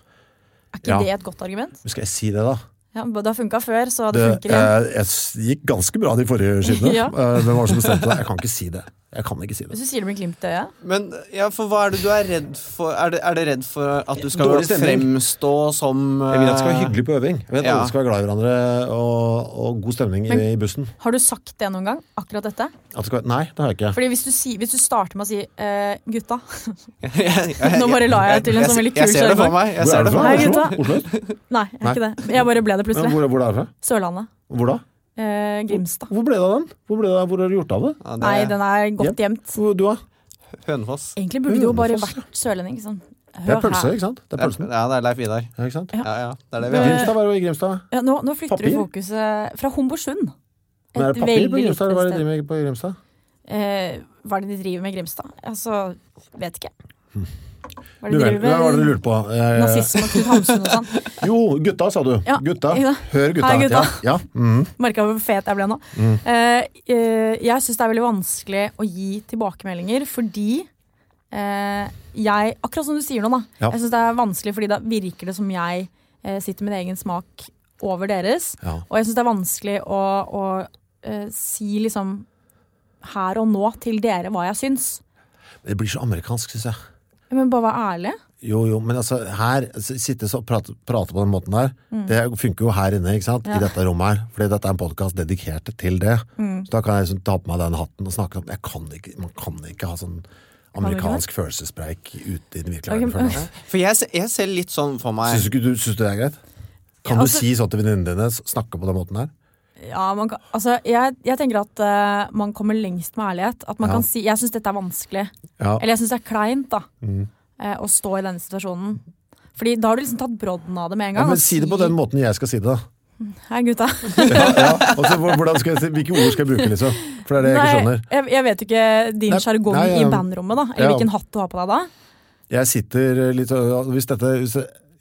B: Er ikke
D: Ja.
B: det et godt argument?
D: Men Skal jeg si det, da?
B: Ja, det har funka før, så det,
D: Det,
B: funker igjen.
D: eh, jeg s- gikk ganske bra de forrige skivene.
B: Ja.
D: Eh, Hvem var det som bestemte det? Jeg kan ikke si det. Jeg kan ikke si det.
B: Hvis du sier det med glimt i øyet.
C: Men ja, for hva er det du er redd for? Er det, er det redd for at du skal
D: Dårlig stemning.
C: fremstå som
D: Jeg vil at det skal være
C: eh,
D: hyggelig på øving. Jeg vil at
C: Ja.
D: alle skal være glad i hverandre og, og god stemning i, i bussen.
B: Har du sagt det noen gang? Akkurat dette?
D: At det skal, være- nei, det har jeg ikke.
B: Fordi hvis du, sier- hvis du starter med å si eh, 'gutta'
C: Jeg- jeg-
B: Nå bare la jeg til en sånn veldig kul
C: Jeg ser det
B: skjerm.
C: for meg. Jeg
D: Hvor
C: ser
D: er
C: det
D: du
C: for
D: fra?
C: meg.
B: meg.
D: Oslo? Oslo?
B: Nei, jeg er
D: Nei.
B: ikke det. Jeg bare ble det
D: Ja,
B: plutselig.
D: Hvor, hvor er du fra?
B: Sørlandet.
D: Hvor da?
B: Eh, Grimstad.
D: Hvor ble det av den? Hvor, ble det, av- hvor har du gjort av det?
C: Ja, det
B: Nei,
C: er
B: den er
D: Yep.
B: godt gjemt.
D: Hvor, du, da?
C: Hønefoss.
B: Egentlig burde det jo bare
D: Hønefoss,
B: vært sørlending. Sånn.
D: Mm, Det
B: Hør
D: er pølse,
B: her.
D: ikke sant? Det er pølsen.
C: Ja, det Eh, er Leif Vidar.
D: Ja, ikke sant?
B: Ja.
C: Ja, ja. Det er det vi har.
D: Grimstad, hva er det i Grimstad?
B: Ja, nå, nå flytter
D: Papir?
B: du fokuset fra Homborsund.
D: Men er
B: Et
D: det papir på
B: veldig
D: Grimstad, eller hva er det
B: lite
D: de driver med på Grimstad?
B: Eh, hva er det de driver med i Grimstad? Altså, vet ikke. Hva
D: Hm. Du vel, hva var det du lurte på? Eh,
B: Nazisme og Knut Hamsun og sånn.
D: Jo, gutta, sa du.
B: Ja,
D: Gutta.
B: ja.
D: Hør gutta.
B: Hei, gutta.
D: Ja, ja. mhm.
B: Merka hvor fet jeg ble nå.
D: Mm.
B: Eh, eh, jeg syns det er veldig vanskelig å gi tilbakemeldinger fordi eh, jeg Akkurat som du sier nå, da.
D: Ja.
B: Jeg syns det er vanskelig, fordi da virker det som jeg eh, sitter med egen smak over deres.
D: Ja.
B: Og jeg syns det er vanskelig å, å eh, si liksom her og nå til dere hva jeg syns.
D: Det blir så amerikansk, syns jeg.
B: Men bare vær ærlig.
D: Jo, jo, men altså, her, s- sitte så- og prate, prate på den måten der,
B: Mm.
D: det funker jo her inne, ikke sant, i dette rommet her, fordi dette er en podcast dedikert til det.
B: Mm.
D: Så da kan jeg liksom ta på meg den hatten og snakke om, jeg kan ikke, man kan ikke ha sånn amerikansk følelsespreik ute i den virkelige verden.
B: Ok,
D: føler jeg.
C: For jeg, se- jeg ser litt sånn for meg
D: Syns du, ikke- du- syns du det er greit? Kan
B: altså-
D: du si sånn til venninnene dine, s- snakke på den måten her?
B: Ja, man kan, altså, jeg, jeg tenker at eh, man kommer lengst med ærlighet. At man
D: Ja.
B: kan si Jeg syns dette er vanskelig.
D: Ja. Mm.
B: Eller jeg syns det er kleint, da. eh, å stå i denne situasjonen. Fordi da har du liksom tatt brodden av det med en
D: Ja,
B: gang. altså,
D: men
B: og
D: si det på den måten jeg skal si det, da.
B: Hei, gutta.
D: Ja, ja. Og så hvor- hvordan skal jeg si, hvilke ord skal jeg bruke, liksom? For det er det jeg
B: Nei,
D: ikke skjønner.
B: jeg, jeg vet jo ikke din
D: Nei,
B: sjargong
D: nei,
B: i
D: ja.
B: bandrommet, da. Eller
D: Ja.
B: hvilken hatt du har på deg da.
D: Jeg sitter eh, litt og- Hvis dette hvis jeg,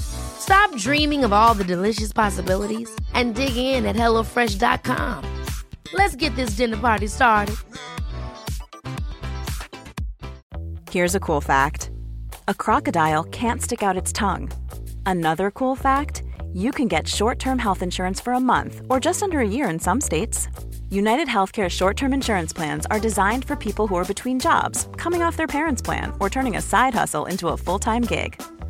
F: Stop dreaming of all the delicious possibilities and dig in at HelloFresh.com. Let's get this dinner party started.
G: Here's a cool fact a crocodile can't stick out its tongue. Another cool fact you can get short term health insurance for a month or just under a year in some states. United Healthcare short term insurance plans are designed for people who are between jobs, coming off their parents' plan, or turning a side hustle into a full time gig.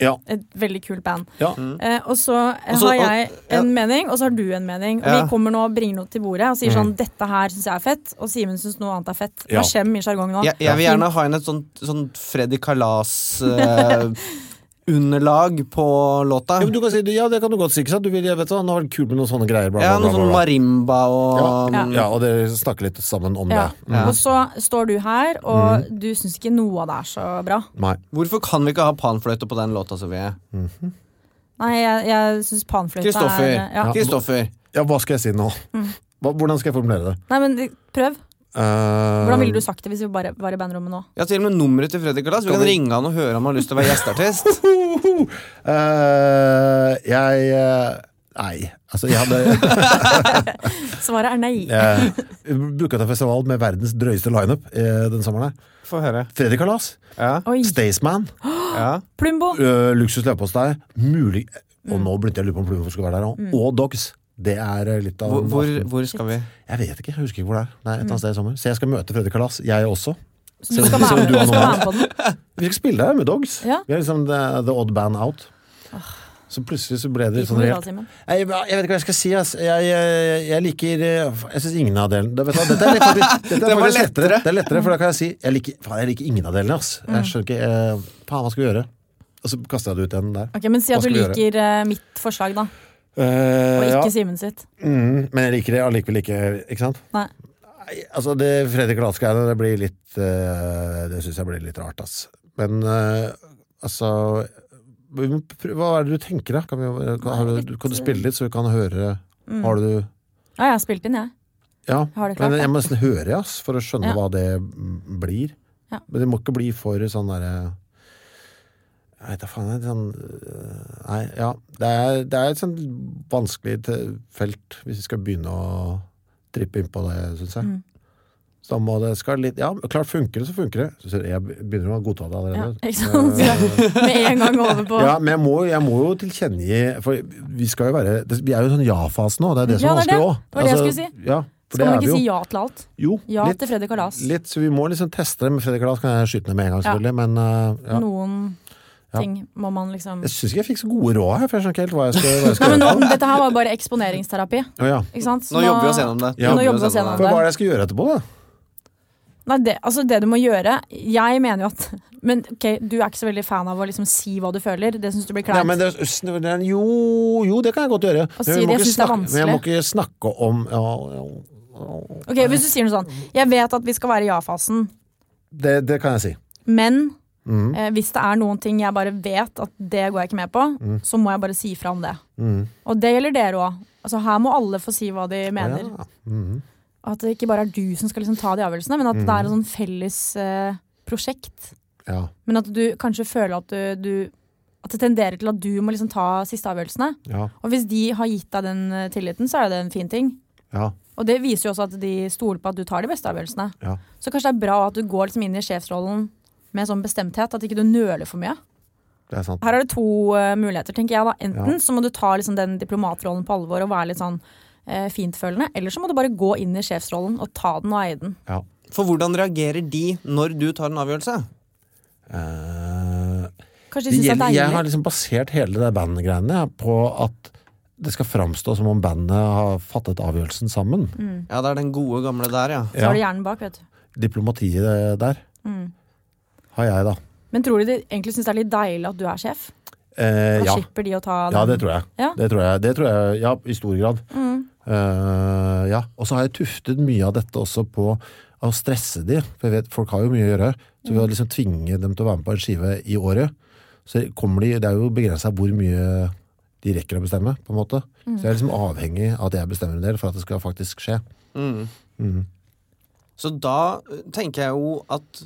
D: ja.
B: Et veldig kult band.
D: ja.
B: Eh, og så eh,
C: Og så-
B: har jeg
C: og- ja.
B: en mening, og så har du en mening. Og
C: Ja.
B: Vi kommer nå og bringer noe til bordet og sier sånn 'dette her syns jeg er fett', og Simen syns noe annet er fett.
D: Mm. Ja.
B: Det skjer mye sjargong nå.
C: Jeg, jeg vil gjerne ha inn et sånt, sånt Freddy Kalas-underlag på låta.
D: Ja, men du kan si, ja, det kan du godt si. Ikke sant? Du vil, jeg vet hva, nå er det kult med noen sånne greier. Bla,
C: Ja, noe
D: bla, bla, bla,
C: sånn
D: bla.
C: marimba og
D: Ja. ja, og dere snakker litt sammen om
B: Ja.
D: det.
B: Og så står du her, og
D: Mm.
B: du syns ikke noe av det er så bra.
D: Nei.
C: Hvorfor kan vi ikke ha panfløyte på den låta, Sofie?
B: Nei, jeg, jeg syns panfløyte
C: Kristoffer.
B: er ja.
C: Kristoffer.
D: Ja, hva skal jeg si nå?
B: Mm.
D: Hva, hvordan skal jeg formulere det?
B: Nei, men prøv.
D: Eh,
B: Hvordan ville du sagt det hvis vi bare var i bandrommet nå?
C: Jeg har til og med nummeret til Freddy Kalas. Vi kan ringe han og høre om han har lyst til å være gjesteartist.
D: eh, jeg eh, Nei. Altså, jeg hadde
B: Svaret er nei.
D: Eh, Booka til festival med verdens drøyeste lineup eh, den sommeren. her.
C: Få høre.
D: Fredrik Kalas,
C: Ja.
B: Oi.
D: Staysman,
C: ja.
B: Plumbo.
D: øh, Luksus leverpostei, mulig Og nå begynte jeg å lure på om Plumbo skulle være der òg. Og Dogs. Det er eh, litt av
C: Hvor, hvor, hvor skal vi?
D: Jeg vet ikke, jeg husker ikke hvor det er. Nei, et annet sted i sommer Så jeg skal møte Fredrik Kalas, jeg også.
B: Så du skal være med,
D: du
B: du skal
D: har noe
B: være med på den.
D: Vi skal spille der med Dogs.
B: Ja.
D: Vi er liksom the, the odd band out. Så plutselig så ble det
B: Dit
D: sånn
B: må du
D: reelt.
B: da, Simen.
D: Jeg, jeg vet ikke hva jeg skal si. ass. Jeg, jeg, jeg liker eh, Jeg syns ingen av delene Det- vet du hva, Dette er litt- faktisk, dette er
C: Det var
D: faktisk lettere. Det er lettere, for da kan jeg si jeg liker,
B: Mm.
D: faen, jeg liker ingen av delene. Ass. Jeg skjønner ikke eh, Faen, hva skal vi gjøre? Og så kasta jeg det ut den der.
B: Ok, Men si at
D: Hva
B: du
D: skal vi gjøre?
B: liker eh, mitt forslag, da. Og
D: Eh, ja.
B: ikke Simen sitt.
D: mm, men jeg liker det allikevel ikke. Ikke sant?
B: Nei.
D: Nei, Altså, det Fredrik Latsgreiene, det blir litt eh, Det syns jeg blir litt rart, ass. Men eh, altså vi må prøve- Hva er det du tenker, da? Kan, vi, kan, har du, kan du spille litt, så vi kan høre? Har du
B: Ja, jeg har spilt inn, jeg.
D: Ja,
B: Har det klart,
D: men
B: da.
D: jeg må nesten høre ass, for å skjønne
B: Ja.
D: hva det mm, blir.
B: Ja.
D: Men det må ikke bli for sånn derre Jeg vet da faen jeg, sånn, øh, Nei, ja. Det er, det er et sånn vanskelig te- felt hvis vi skal begynne å trippe innpå det, syns jeg.
B: Mm.
D: Så da må det skal litt Ja, klart funker det, så funker det. Så jeg begynner å godta det
B: Ja,
D: allerede.
B: ikke sant? Så Med en gang over på
D: Ja, men jeg må, jeg må jo tilkjennegi For vi skal jo være det- Vi er jo i sånn ja-fasen nå, det er det som
B: Ja,
D: er
B: det er
D: vanskelig òg.
B: det. Det var det jeg skulle si.
D: Ja, for
B: Skal
D: det
B: man
D: er vi
B: ikke
D: jo.
B: si ja til alt?
D: Jo,
B: Ja
D: litt,
B: til Freddy Kalas.
D: litt, så vi må liksom teste det med Fredrik Kalas. Kan jeg skyte ned med en gang,
B: Ja.
D: selvfølgelig, men øh, ja.
B: Noen ting må man liksom
D: Jeg syns ikke jeg fikk så gode råd her, for jeg skjønner ikke helt hva jeg skal, hva jeg
B: Nei,
D: skal
B: men
D: gjøre.
B: nå, Dette her var jo bare eksponeringsterapi.
D: Å, ja.
B: Ikke sant? Så
C: Nå jobber vi oss gjennom det.
D: Ja.
B: Nå jobber vi oss
C: det.
B: gjennom
D: Men hva er det jeg skal gjøre etterpå, da?
B: Nei, det, altså det du må gjøre Jeg mener jo at Men ok, du er ikke så veldig fan av å liksom si hva du føler. Det syns du blir
D: Nei,
B: kleint.
D: men det, det, jo, jo, det kan jeg godt gjøre.
B: si
D: vi
B: det,
D: må
B: jeg
D: ikke
B: synes det er
D: snakke- men jeg må
B: vanskelig.
D: ikke snakke om ja, ja,
B: Ok, Hvis du sier noe sånn Jeg vet at vi skal være i ja-fasen,
D: det, det kan jeg si.
B: men
D: Mhm.
B: eh, hvis det er noen ting jeg bare vet at det går jeg ikke med på,
D: Mm.
B: så må jeg bare si fra om det.
D: Mm.
B: Og det gjelder dere òg. Altså, her må alle få si hva de mener.
D: Ja. Mhm.
B: At det ikke bare er du som skal liksom ta de avgjørelsene, men at det er
D: Mhm.
B: et sånn felles eh, prosjekt.
D: ja.
B: Men at du kanskje føler at du, du At det tenderer til at du må liksom ta siste avgjørelsene.
D: Ja.
B: Og hvis de har gitt deg den eh, tilliten, så er jo det en fin ting.
D: Ja.
B: Og det viser jo også at de stoler på at du tar de beste avgjørelsene.
D: Ja.
B: Så kanskje det er bra at du går liksom inn i sjefsrollen med sånn bestemthet, at ikke du nøler for mye.
D: Det er sant.
B: Her er det to eh, muligheter, tenker jeg. da. Enten
D: Ja.
B: så må du ta liksom den diplomatrollen på alvor og være litt sånn eh, fintfølende, eller så må du bare gå inn i sjefsrollen og ta den og eie den.
C: For hvordan reagerer de når du tar en avgjørelse?
D: Eh,
B: Kanskje
D: det
B: de syns det er
D: gjelder,
B: deilig.
D: jeg har liksom basert hele det bandgreiene jeg, på at det skal framstå som om bandet har fattet avgjørelsen sammen.
B: Mm.
C: Ja, det er den gode gamle der, ja.
B: Så har du
D: Ja,
B: hjernen bak, vet du.
D: diplomatiet der
B: Mm.
D: har jeg, da.
B: Men tror du de egentlig syns det er litt deilig at du er sjef? Da
D: Eh, ja.
B: slipper de å ta den.
D: ja, det tror jeg.
B: Ja.
D: Det tror jeg, det tror jeg ja, i stor grad.
B: Mm.
D: Eh, ja. Og så har jeg tuftet mye av dette også på å stresse de, for jeg vet folk har jo mye å gjøre. Så
B: Mm.
D: ved å liksom tvinge dem til å være med på en skive i året, så kommer de Det er jo begrensa hvor mye de rekker å bestemme, på en måte.
B: Mm.
D: Så jeg er liksom avhengig av at jeg bestemmer en del for at det skal faktisk skje.
C: Mm.
D: Mhm.
C: Så da eh, tenker jeg jo at,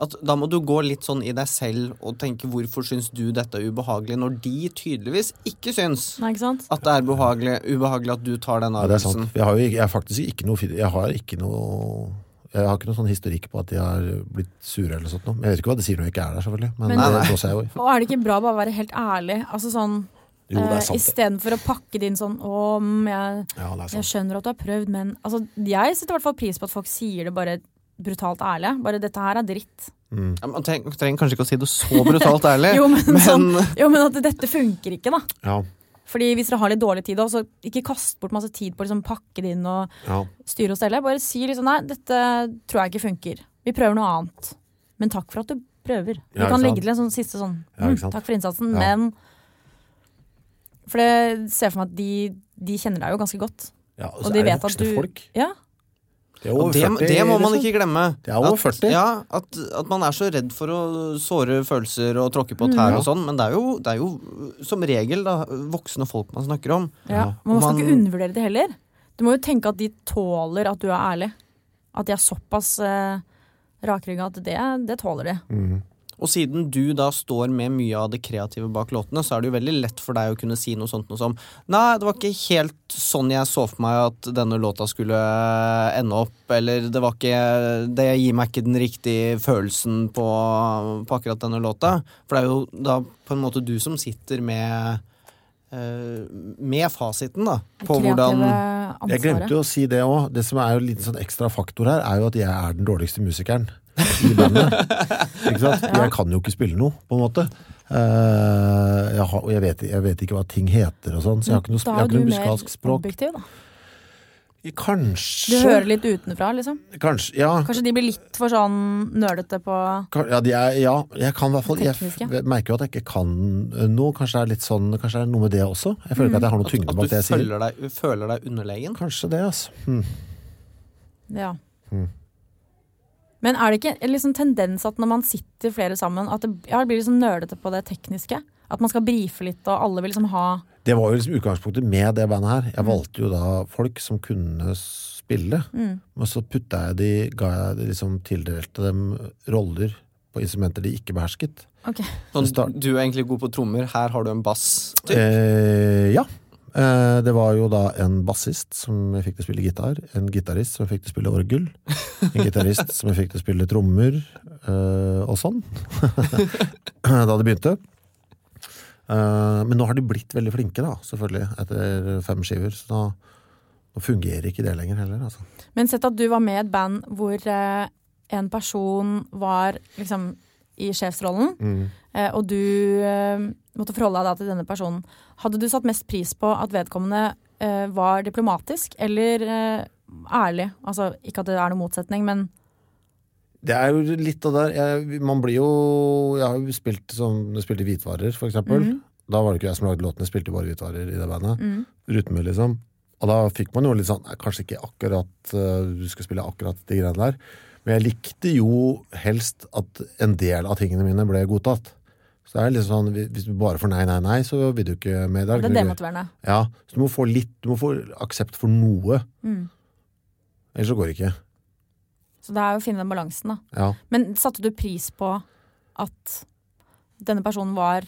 C: at da må du gå litt sånn i deg selv og tenke hvorfor syns du dette er ubehagelig, når de tydeligvis ikke syns
B: Nei, ikke sant?
C: at det er behagelig, ubehagelig at du tar den
D: Ja, det er sant.
C: avgjørelsen.
D: Jeg har jo ikke, jeg har faktisk ikke noe, fi- jeg har ikke noe jeg har ikke noen sånn historikk på at de har blitt sure eller sånt noe. Men Jeg vet ikke hva de sier når jeg ikke er der, selvfølgelig. Men,
B: Men-
D: det
C: Nei, nei.
D: blåser jeg jo i.
B: Og er det ikke bra å bare være helt ærlig? Altså sånn
D: Jo, det er
B: eh,
D: sant. det.
B: Istedenfor å pakke det inn sånn Å, mm, jeg,
D: Ja, det er
B: jeg
D: sant.
B: skjønner at du har prøvd, men altså, Jeg setter i hvert fall pris på at folk sier det bare brutalt ærlig. Bare 'dette her er dritt'.
D: Mm.
C: Ja, Man trenger, trenger kanskje ikke å si det så brutalt ærlig,
B: Jo, men sånn-
C: men
B: Jo, men at dette funker ikke, da.
D: Ja,
B: Fordi hvis dere har litt dårlig tid, da, så ikke kast bort masse tid på å liksom, pakke det inn og
D: ja.
B: styre og stelle. Bare si liksom 'nei, dette tror jeg ikke funker'. Vi prøver noe annet. Men takk for at du prøver. Vi
D: Ja, ikke
B: kan legge
D: sant?
B: til en sånn siste sånn
D: Ja,
B: mm,
D: ikke sant?
B: takk for innsatsen,
D: Ja.
B: men For det ser jeg for meg at de, de kjenner deg jo ganske godt.
D: ja
B: Og
D: og
C: altså,
D: så
B: de
D: er det
B: vet at
D: voksne
B: du-
D: folk.
B: Ja.
D: Det er
C: Og
D: over
C: det,
D: 40,
C: det må man
D: liksom.
C: ikke glemme.
D: Det er over
C: At-
D: 40.
C: Ja, at, at man er så redd for å såre følelser og tråkke
B: Mm.
C: på tær og sånn, men det er, jo, det er jo som regel da, voksne folk man snakker om.
B: ja. Man skal
C: Man-
B: ikke undervurdere det heller. Du må jo tenke at de tåler at du er ærlig. At de er såpass eh, rakrygga at det, det tåler de.
D: Mhm.
C: Og siden du da står med mye av det kreative bak låtene, så er det jo veldig lett for deg å kunne si noe sånt noe som Nei, det var ikke helt sånn jeg så for meg at denne låta skulle eh, ende opp. Eller det var ikke Det gir meg ikke den riktige følelsen på, på akkurat denne låta. For det er jo da på en måte du som sitter med eh, Med fasiten, da.
B: Det
C: På
B: kreative
C: hvordan
D: Jeg
B: ansvaret.
D: glemte jo å si det òg. Det som er jo en liten sånn ekstra faktor her, er jo at jeg er den dårligste musikeren i bandet. ikke sant? Jeg kan jo ikke spille noe, på en måte. Eh, jeg har, og jeg vet, jeg vet ikke hva ting heter og sånn, så jeg har ikke noe, sp-
B: Da
D: jeg har
B: er du
D: ikke noe
B: mer
D: musikalsk språk.
B: objektiv, da. Du
D: Kanskje
B: hører litt utenfra, liksom.
D: Kanskje, ja.
B: Kanskje de blir litt for sånn nølete på
D: Kan- Ja, de er, ja, jeg kan i hvert fall Jeg f-
B: Tekniske.
D: merker jo at jeg ikke kan eh, noe. Kanskje det er litt sånn Kanskje det er noe med det også. Jeg føler ikke at jeg har noe tyngde
C: At
D: bak
C: du
D: det jeg sier.
C: føler deg, føler deg underlegen.
D: Kanskje det, altså. Hm.
B: Ja.
D: Mm.
B: Men er det ikke en liksom, tendens at når man sitter flere sammen, at det ja, det blir liksom nølete på det tekniske? At man skal brife litt, og alle vil liksom ha
D: Det var jo liksom utgangspunktet med det bandet her. Jeg valgte jo da folk som kunne spille,
B: mm.
D: men så putta jeg de Ga jeg de liksom tildelte dem roller på instrumenter de ikke behersket.
C: Sånn,
D: Det start-
C: du er egentlig god på trommer, her har du en bass. Typ.
D: Eh, ja. Eh, det var jo da en bassist som jeg fikk til å spille gitar, en gitarist som jeg fikk til å spille orgel, en gitarist som jeg fikk til å spille trommer, eh, og sånn. da det begynte. Eh, men nå har de blitt veldig flinke, da, selvfølgelig, etter fem skiver. Så nå, nå fungerer ikke det lenger heller, altså.
B: Men sett at du var med i et band hvor eh, en person var liksom i sjefsrollen, eh, og du eh, måtte forholde deg da til denne personen. Hadde du satt mest pris på at vedkommende eh, var diplomatisk eller eh, ærlig? Altså ikke at det er noen motsetning, men
D: Det er jo litt av der jeg, Man blir jo Jeg har jo spilt som spilte hvitvarer, for eksempel.
B: Mhm.
D: Da var det ikke jeg som lagde låtene, jeg spilte bare hvitvarer i det bandet.
B: Mm.
D: Rytme, liksom. Og da fikk man jo litt sånn nei, Kanskje ikke akkurat eh, du skal spille akkurat de greiene der. Men jeg likte jo helst at en del av tingene mine ble godtatt. Så det er litt sånn, hvis- Hvis du bare får nei, nei, nei, så vil du ikke med.
B: Det er
D: ikke noe gøy.
B: demotiverende.
D: Ja, så du må få litt, du må få aksept for noe,
B: Mm.
D: ellers så går det ikke.
B: Så det er jo å finne den balansen, da.
D: Ja.
B: Men satte du pris på at denne personen var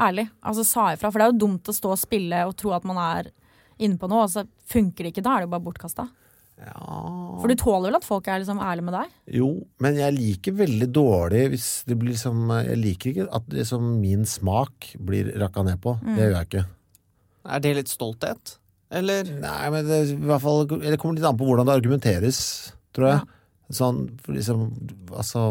B: ærlig? Altså sa ifra? For det er jo dumt å stå og spille og tro at man er inne på noe, og så funker det ikke. Da er det jo bare bortkasta. For du tåler vel at folk er liksom ærlige med deg?
D: Jo, men jeg liker veldig dårlig hvis det blir liksom, jeg liker ikke at liksom min smak blir rakka ned på.
C: Mm.
D: Det gjør jeg ikke.
C: Er det litt stolthet? Eller?
D: Nei, men det, i hvert fall, det kommer litt an på hvordan det argumenteres, tror jeg. Sånn, for liksom, altså,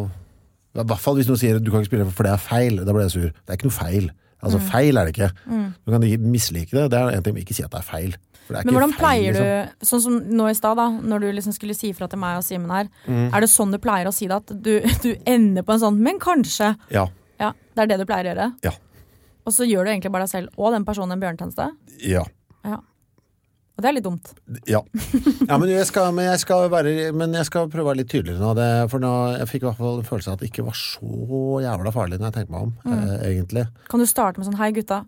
D: i hvert fall hvis noen sier at du kan ikke spille for det er feil, da blir jeg sur. Det er ikke noe feil. Altså,
B: Mm.
D: feil er det ikke.
B: Mm.
D: Du kan ikke mislike det, det er en ting, men ikke si at det er feil. For det er
B: Men
D: ikke
B: hvordan
D: feil,
B: pleier
D: liksom.
B: du, sånn som nå i stad, da, når du liksom skulle si ifra til meg og Simen her,
D: Mm.
B: er det sånn du pleier å si det? At du, du ender på en sånn 'men kanskje'?
D: Ja.
B: Ja, Det er det du pleier å gjøre?
D: Ja.
B: Og så gjør du egentlig bare deg selv og den personen en bjørnetjeneste?
D: Ja.
B: Ja. Og det er litt dumt.
D: Ja. ja men, jeg skal, men, jeg skal være, men jeg skal prøve å være litt tydeligere nå. Det, for nå, jeg fikk i hvert fall en følelse av at det ikke var så jævla farlig når jeg tenker meg om,
B: Mm.
D: eh, egentlig.
B: Kan du starte med sånn 'hei, gutta'?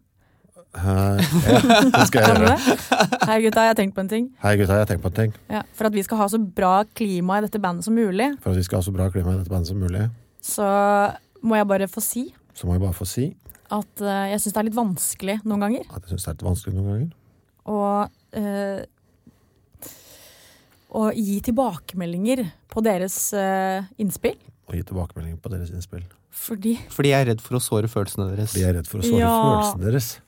D: Eh, ja, det skal jeg
B: Kan du
D: gjøre.
B: det? Hei, gutta, jeg har tenkt på en ting.
D: Hei gutta, jeg har tenkt på en ting.
B: Ja, for at vi skal ha så bra klima i dette bandet som mulig,
D: For at vi skal ha så bra klima i dette bandet som mulig,
B: så må jeg bare få si
D: så må jeg bare få si
B: at eh, jeg syns det er litt vanskelig noen ganger
D: at jeg syns det er litt vanskelig noen ganger.
B: å eh, Å gi tilbakemeldinger på deres eh, innspill.
D: Å gi tilbakemeldinger på deres innspill.
B: Fordi
C: Fordi jeg er redd for å såre følelsene deres.
D: Fordi jeg er redd for å såre
B: Ja.
D: følelsene deres.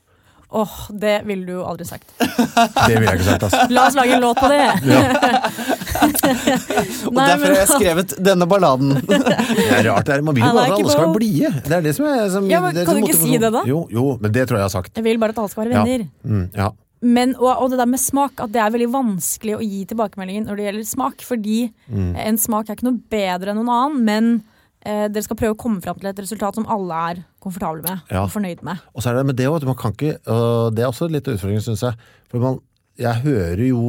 B: Åh, det ville du jo aldri sagt.
D: Det ville jeg ikke sagt, ass.
B: La oss lage en låt på det!
C: Og
B: Nei,
C: derfor
B: men-
C: har jeg skrevet denne balladen.
D: Det er rart, det er. Man vil jo
B: I
D: bare
B: like
D: at
B: you
D: alle
B: both.
D: skal være blide. Det er det som er som,
B: Ja, men
D: det
B: kan
D: som
B: du ikke si
D: motivasjon-
B: det da?
D: Jo, jo, men det tror jeg jeg har sagt.
B: Jeg vil bare at alle skal være venner.
D: Ja. Mm, ja.
B: Men, og, og det der med smak, at det er veldig vanskelig å gi tilbakemeldingen når det gjelder smak. Fordi
D: Mm.
B: en smak er ikke noe bedre enn noen annen, men eh, dere skal prøve å komme fram til et resultat som alle er komfortable med
D: Ja.
B: og fornøyd med.
D: Og så er det med det også, at man kan ikke øh, Det er også litt av utfordringen, syns jeg. For man, jeg hører jo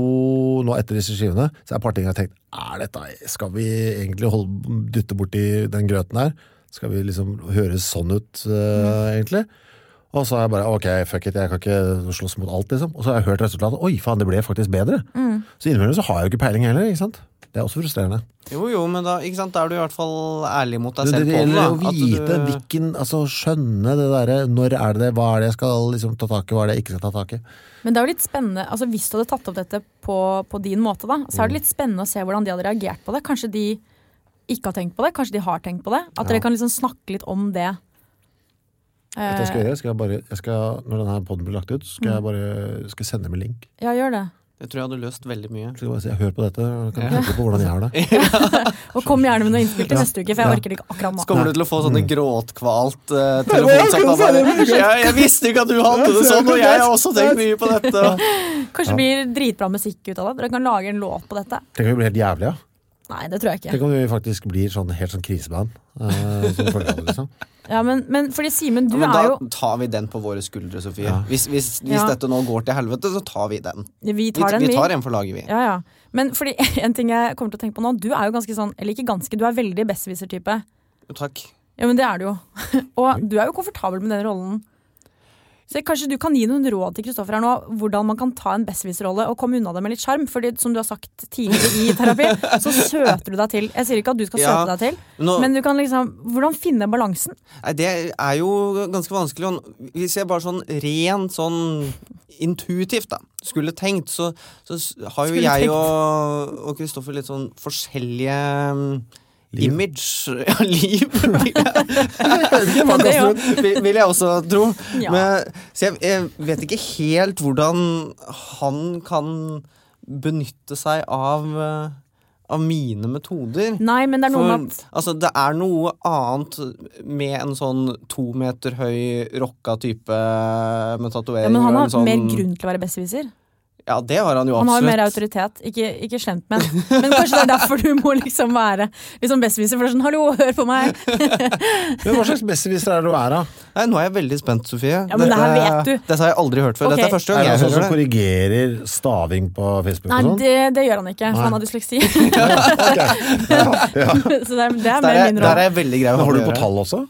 D: nå etter disse skivene, så er det et par ting jeg har tenkt Er dette Skal vi egentlig holde, dytte borti den grøten her? Skal vi liksom høres sånn ut,
C: Mm.
D: øh, egentlig? Og så har jeg bare OK, fuck it, jeg kan ikke slåss mot alt, liksom. Og så har jeg hørt resultatet. Oi, faen, det ble faktisk bedre.
C: Mm.
D: Så innimellom så har jeg jo ikke peiling heller, ikke sant? Det er også frustrerende.
C: Jo, jo, men da, ikke sant? da er du i hvert fall ærlig mot deg
D: Det,
C: selv på
D: det
C: det.
D: gjelder å
C: da. At du-
D: vite hvilken Altså skjønne det derre Når er det Hva er det jeg skal liksom ta tak i, hva er det jeg ikke skal ta tak i?
B: Men det er jo litt spennende, altså hvis du hadde tatt opp dette på, på din måte, da, så er
D: Mm.
B: det litt spennende å se hvordan de hadde reagert på det. Kanskje de ikke har tenkt på det, kanskje de har tenkt på det. At
D: Ja.
B: dere kan liksom snakke litt om det.
D: Vet du hva jeg skal
B: Eh,
D: gjøre? Skal jeg bare, jeg skal, når denne podden blir lagt ut, skal
C: Mm.
D: jeg bare skal jeg sende dem en link.
B: Eh, ja, gjør det.
C: Det tror jeg hadde løst veldig mye.
D: Skal jeg bare si, hør på dette, og kan
C: Ja.
D: tenke på hvordan jeg har det.
B: Og kom gjerne med noe innspill til
D: Ja.
B: neste uke, for jeg
D: Ja.
B: orker det ikke
C: Så
B: akkurat nå.
C: kommer du til å få
D: Mm.
C: sånne gråtkvalt uh, telefonsamtaler. bare, Ja, jeg visste ikke at du hadde det sånn, og jeg har også tenkt mye på dette.
B: Kanskje det blir dritbra musikk ut av det. Dere kan lage en låt på dette.
D: Tenk om vi blir helt jævlige, ja.
B: Nei, det tror jeg ikke.
D: Tenk om vi faktisk blir sånn, helt sånn kriseband. eh, som følger av det, liksom.
B: Ja, men, men fordi Simen,
C: Ja,
B: du
C: men
B: er
C: da
B: jo
C: tar vi den på våre skuldre, Sofie.
D: Ja.
C: Hvis, hvis, hvis
B: Ja.
C: dette nå går til helvete, så tar vi den.
B: Vi
C: Vi,
B: tar den,
C: vi
B: vi.
C: tar en for laget, vi.
B: Ja, ja. Men fordi en ting jeg kommer til å tenke på nå, du er jo ganske sånn, eller ikke ganske, du er veldig besserwisser-type.
C: Jo, Takk.
B: Ja, men det er du jo. Og du er jo komfortabel med den rollen. Så kanskje du kan gi noen råd til Kristoffer her nå, hvordan man kan ta en besserwisser-rolle og komme unna det med litt sjarm. Fordi som du har sagt tidligere i terapi, så søter du deg til. Jeg sier ikke at du skal
C: Ja.
B: søte deg til,
C: Nå,
B: men du kan liksom Hvordan finne balansen?
C: nei, det er jo ganske vanskelig. og Hvis jeg bare sånn rent sånn intuitivt da, skulle tenkt, så, så s- har jo
B: Skulle
C: jeg
B: tenkt.
C: og, og Kristoffer litt sånn forskjellige mm,
D: Liv.
C: Image Ja, liv! vil jeg-
B: Men det er jo-
C: vil, vil jeg også tro.
B: Ja.
C: Men, så jeg, jeg vet ikke helt hvordan han kan benytte seg av, eh, av mine metoder.
B: Nei, men det er noe med at
C: For, altså, det er noe annet med en sånn to meter høy rocka type med
B: ja,
C: tatovering.
B: Men han
C: og en
B: har
C: sånn,
B: mer grunn til å være besserwisser.
C: Ja, det har han jo
B: Han har
C: absolutt.
B: jo mer autoritet. Ikke, ikke slemt men Men kanskje det er derfor du må liksom være liksom bestviser. For det er sånn 'hallo, hør på meg'.
D: Men hva slags besserwisser er det du er, da?
C: Nei, nå er jeg veldig spent, Sofie.
B: Ja, men det her vet du.
C: Dette har jeg aldri hørt før.
B: Ok.
C: Dette er første
D: Er
C: gang
D: det
C: jeg
D: sånn som
C: hører det.
D: korrigerer staving på Facebook
B: Nei,
D: og sånn?
B: det, det gjør han ikke, for
D: Nei.
B: han har dysleksi.
D: Ja.
B: Så det er, det er
C: Der
B: mer
C: er,
B: min
C: der er
B: rolle.
C: jeg veldig grei å
D: Men
C: ha
D: har du
C: med å
D: på
C: gjøre.
D: tall også?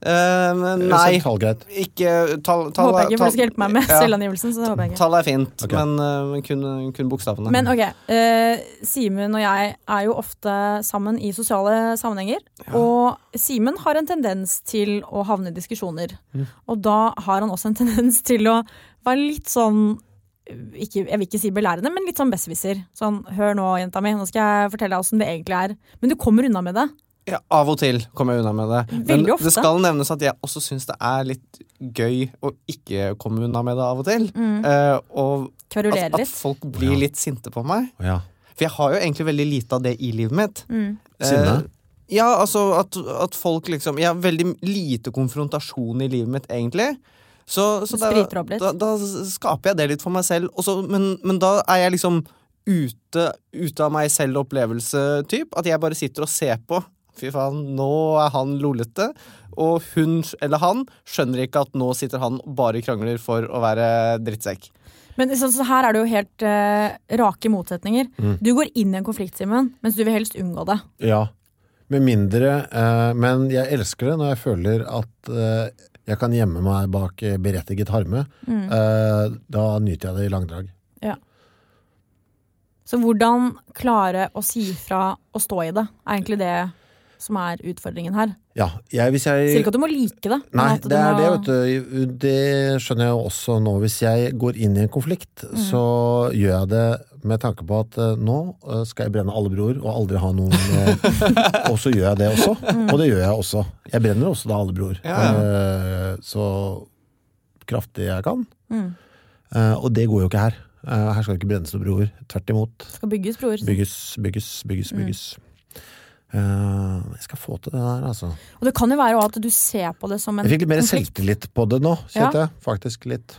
C: Eh, men
D: Eller
C: nei,
D: er sånn tall greit?
C: ikke tall, tall,
B: Håper jeg ikke, for du skal hjelpe meg med
C: ja,
B: selvangivelsen. Så det håper jeg ikke.
C: Tall er fint,
D: Ok.
C: men eh, men kun, kun bokstavene.
B: Men ok, eh, Simen og jeg er jo ofte sammen i sosiale sammenhenger. Og Simen har en tendens til å havne i diskusjoner. Og da har han også en tendens til å være litt sånn ikke, jeg vil ikke si belærende, men litt sånn besserwisser. Sånn 'hør nå, jenta mi, nå skal jeg fortelle deg åssen det egentlig er'. Men du kommer unna med det.
C: Ja, av og til kommer jeg unna med det. Men
B: Veldig ofte.
C: det skal nevnes at jeg også syns det er litt gøy å ikke komme unna med det av og til. Eh, og
B: Kverulerer
C: at, at
B: Mm. litt.
C: folk blir litt sinte på meg.
D: Ja.
C: For jeg har jo egentlig veldig lite av det i livet mitt.
B: Mm.
C: Eh,
D: Sinne?
C: ja, altså at, at folk liksom Jeg har veldig lite konfrontasjon i livet mitt, egentlig. Så, så
B: Du
C: da,
B: spriter opp litt.
C: da, da skaper jeg det litt for meg selv. Og så, men, men da er jeg liksom ute, ute av meg selv opplevelse-typ. At jeg bare sitter og ser på. Fy faen, nå er han lollete. Og hun eller han skjønner ikke at nå sitter han og bare krangler for å være drittsekk.
B: Men så, så her er det jo helt eh, rake motsetninger. Du går inn i en konflikt, Simen, mens du vil helst unngå det.
D: Ja. Med mindre eh, Men jeg elsker det når jeg føler at eh, jeg kan gjemme meg bak eh, berettiget harme. Eh, da nyter jeg det i langdrag.
B: Så hvordan klare å si fra og stå i det, er egentlig det som er utfordringen her.
D: Ja, jeg, hvis
B: Jeg
D: jeg
B: sier ikke at du må like det. men
D: Eh, Nei,
B: at du
D: det er det,
B: må-
D: vet du. Det skjønner jeg jo også nå. Hvis jeg går inn i en konflikt,
B: Mm.
D: så gjør jeg det med tanke på at eh, nå eh, skal jeg brenne alle broer og aldri ha noen eh, Og så gjør jeg det også.
B: Mm.
D: Og det gjør jeg også. Jeg brenner også da alle broer. Eh, Så kraftig jeg kan.
B: Mm.
D: Eh, Og det går jo ikke her. Eh, Her skal det ikke brennes noen broer. Tvert imot.
B: Det skal bygges broer.
D: Bygges, bygges,
B: Mm.
D: bygges, bygges. Eh, Jeg skal få til det der, altså.
B: Og det kan jo være også at du ser på det som en
D: Jeg fikk litt mer
B: konflikt.
D: selvtillit på det nå,
B: Ja.
D: kjente jeg. Faktisk litt.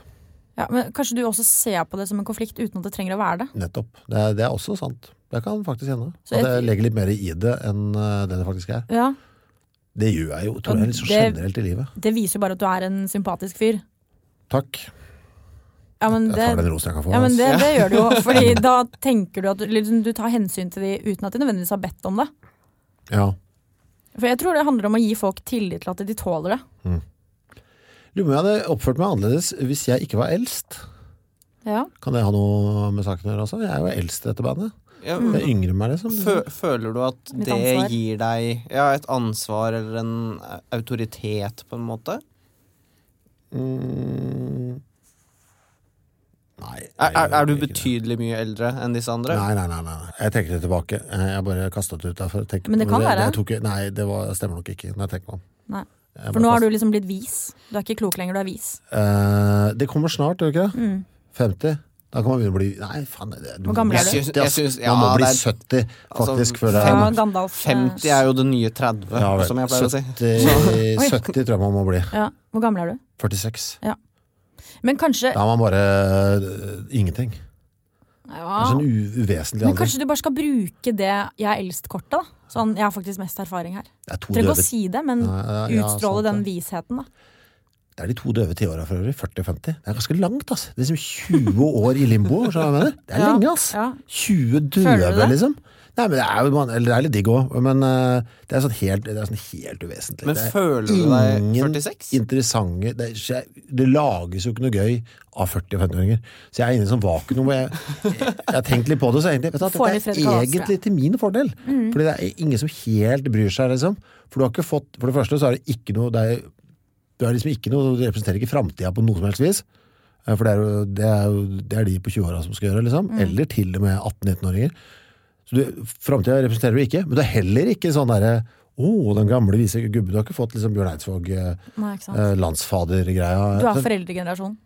B: Ja, men kanskje du også ser på det som en konflikt uten at det trenger å være det.
D: Nettopp. Det er, det er også sant. Det kan faktisk hende.
B: Så
D: At
B: jeg-
D: jeg legger litt mer i det enn eh, det det faktisk er.
B: Ja,
D: Det gjør jeg jo, tror jeg, litt så
B: Det-
D: generelt i livet.
B: Det viser jo bare at du er en sympatisk fyr.
D: Takk.
B: Ja, men
D: Jeg tar
B: det,
D: den rosen jeg kan få. altså.
B: ja, men
D: ass.
B: det, det gjør du jo. Fordi da tenker du at du, liksom, du tar hensyn til de uten at de nødvendigvis har bedt om det.
D: Ja.
B: For jeg tror det handler om å gi folk tillit til at de tåler det.
D: Lurer på om jeg hadde oppført meg annerledes hvis jeg ikke var eldst.
B: Ja.
D: Kan det ha noe med saken å gjøre også? Jeg er jo eldst i dette bandet.
C: Ja,
B: Mm.
D: Det er yngre enn meg, liksom.
C: Fø føler du at
B: Litt
C: det
B: Mhm. ansvar.
C: gir deg ja, et ansvar eller en eh, autoritet, på en måte?
D: Mm. Nei.
C: Er,
D: jeg
C: er, er du
D: gjør ikke det.
C: betydelig mye eldre enn disse andre?
D: Nei, nei, nei, nei. Jeg trekker det tilbake. Eh, Jeg bare kastet det ut der. For å tenke
B: Men det kan
D: det,
B: være.
D: jeg tok, nei, det var, stemmer nok ikke. Når jeg tenker meg om.
B: Nei.
D: Jeg
B: For
D: bare
B: nå har
D: kastet-
B: du liksom blitt vis. Du er ikke klok lenger, du er vis.
D: Eh, det kommer snart, gjør det ikke det? 50? Da kan man begynne å bli Nei, faen. Det, du
B: Mm. Hvor gammel
D: må
B: er du?
D: bli
C: Jeg syns-
D: 70,
C: jeg
D: ass.
C: syns-
D: man må
C: ja,
D: bli
C: det er-
D: 70, faktisk,
C: altså,
D: før det
B: Ja,
D: er
B: Gandalf. eh,
C: 50 er jo det nye 30,
D: Ja vel.
C: som jeg pleier å si.
D: 70, 70 tror jeg man må bli.
B: Ja, hvor gammel er du?
D: 46.
B: Men kanskje,
D: Da er man bare eh, ingenting. Det
B: ja,
D: er sånn u uvesentlig
B: Ah. men
D: alder.
B: kanskje du bare skal bruke det 'jeg er eldst'-kortet. da Sånn, jeg har faktisk mest erfaring her.
D: Det er to
B: Trenger ikke å
D: døve,
B: si det, men
D: Nei, ja,
B: utstråle den
D: sant det.
B: visheten, da.
D: det er de to døve tiåra for øvrig. 40 og 50. Det er ganske langt, ass. Det er liksom 20 år i limbo. skjønner du hva jeg mener? Det er
B: Ja,
D: lenge, ass.
B: ja. Føler
D: 20
B: du
D: døve,
B: det?
D: liksom. Nei, men det er, jo- man, eller det er litt digg òg, men eh, det, er sånn helt, det er sånn helt uvesentlig.
C: Men
D: det er
C: føler du deg
D: ingen
C: 46?
D: interessante det, er ikke- det lages jo ikke noe gøy av 40- og 50-åringer. Så jeg er inne i sånn vakuum hvor jeg, jeg, jeg har tenkt litt på det. Så egentlig, vet du,
B: Får
D: at
B: litt
D: dette
B: Fredrik Mm.
D: er
B: Haas, tror
D: egentlig til min fordel. Fordi det er ingen som helt bryr seg, liksom. For du har ikke fått For det første så er det ikke noe det er, du, er liksom ikke noe, du representerer ikke framtida på noe som helst vis. Eh, For det er jo, det er jo det er de på 20-åra som skal gjøre, liksom.
B: Mm.
D: Eller til og med 18-19-åringer. Så du- Framtida representerer du ikke, men du er heller ikke sånn derre Å, den gamle vise gubben. Du har ikke fått liksom Bjørn Eidsvåg, eh,
B: Nei, ikke sant?
D: eh, landsfadergreia.
B: Du er
D: Så-
B: foreldregenerasjon.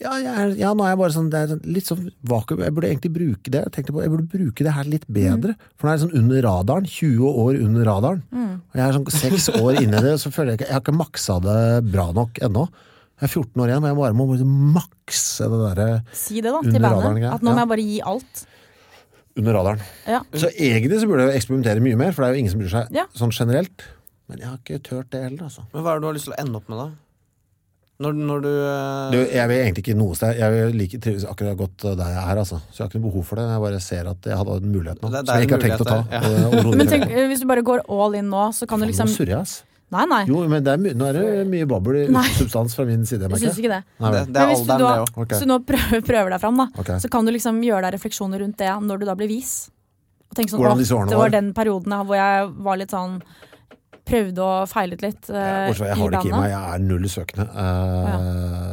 D: ja, jeg er, ja, nå er jeg bare sånn, det er sånn litt sånn vakuum. Jeg burde egentlig bruke det. Jeg tenkte på, jeg burde bruke det her litt
B: Mm.
D: bedre. For nå er det sånn under radaren. 20 år under radaren. Og jeg er sånn seks år inni det, så føler jeg ikke Jeg har ikke maksa det bra nok ennå. Jeg er 14 år igjen, men jeg bare må bare makse det derre
B: Si det, da,
D: Under
B: til bandet.
D: radaren-greia,
B: At nå
D: ja.
B: må jeg bare gi alt.
D: under radaren.
B: Ja.
D: Så egentlig så burde jeg jo eksperimentere mye mer, for det er jo ingen som bryr seg
B: Mm. Ja.
D: sånn generelt. Men jeg har ikke tørt det heller, altså.
C: Men hva er det du har lyst til å ende opp med, da? Når, når du, eh,
D: Du, jeg vil egentlig ikke noe sted. Jeg vil like trives akkurat godt der jeg er, altså. Så jeg har ikke noe behov for det. Jeg bare ser at jeg hadde en mulighet nå,
C: Det- det
D: som
C: er
D: jeg ikke har
C: en
D: tenkt å ta.
C: mulighet der, ja.
D: og- og overhodet
B: Men
D: ikke.
B: tenk, eh, hvis du bare går all in nå, så kan du
D: Faen,
B: liksom
D: Nå surrer jeg, ass.
B: Nei, nei.
D: Jo, men det er my nå er det mye babbel uten
B: Nei.
D: substans fra min side.
B: Jeg syns ikke det.
D: Nei,
C: det,
D: vel.
C: det
B: Men
C: er
B: hvis du
C: alderen,
B: da,
C: det òg.
D: Ok.
B: Så nå prøver, prøver deg fram, da.
D: Ok.
B: Så kan du liksom gjøre deg refleksjoner rundt det når du da blir vis. Og tenke sånn,
D: Hvordan
B: «Åh,
D: disse årene
B: det var
D: var».
B: den perioden her hvor jeg var litt sånn Prøvde og feilet litt eh,
D: Ja, bortsett fra, jeg
B: i
D: har det ikke i
B: bandet.
D: meg. Jeg er null søkende.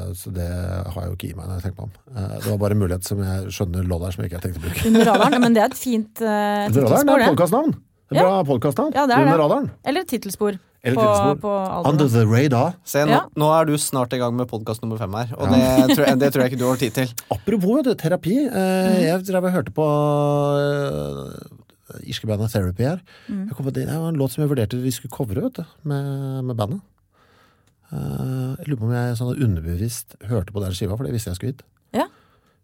D: eh, Så det har jeg jo ikke i meg når jeg tenker meg om. Eh, Det var bare en mulighet som jeg skjønner lå der, som jeg ikke har tenkt å bruke.
B: Under radaren. Men det er et fint eh,
D: Under radaren
B: tittelspor,
D: det er
B: det.
D: podkastnavn! Det er
B: Ja.
D: bra podkastnavn.
B: Ja, det er
D: Under
B: det.
D: radaren.
B: Eller et tittelspor.
D: Eller
B: på,
D: tittelspor.
B: på
D: Under
B: albumet.
D: the radar.
C: Se, nå,
B: Ja.
C: nå er du snart i gang med podkast nummer fem her, og det, tror jeg, det tror jeg ikke du har tid til.
D: Apropos vet du, terapi. eh, Jeg drev og hørte på eh, irske bandet Therapy her. Jeg kom på det, det var en låt som jeg vurderte vi skulle covre vet du, med, med bandet. Eh, jeg lurer på om jeg sånn underbevisst hørte på den skiva, for det visste jeg skulle hit.
B: Ja.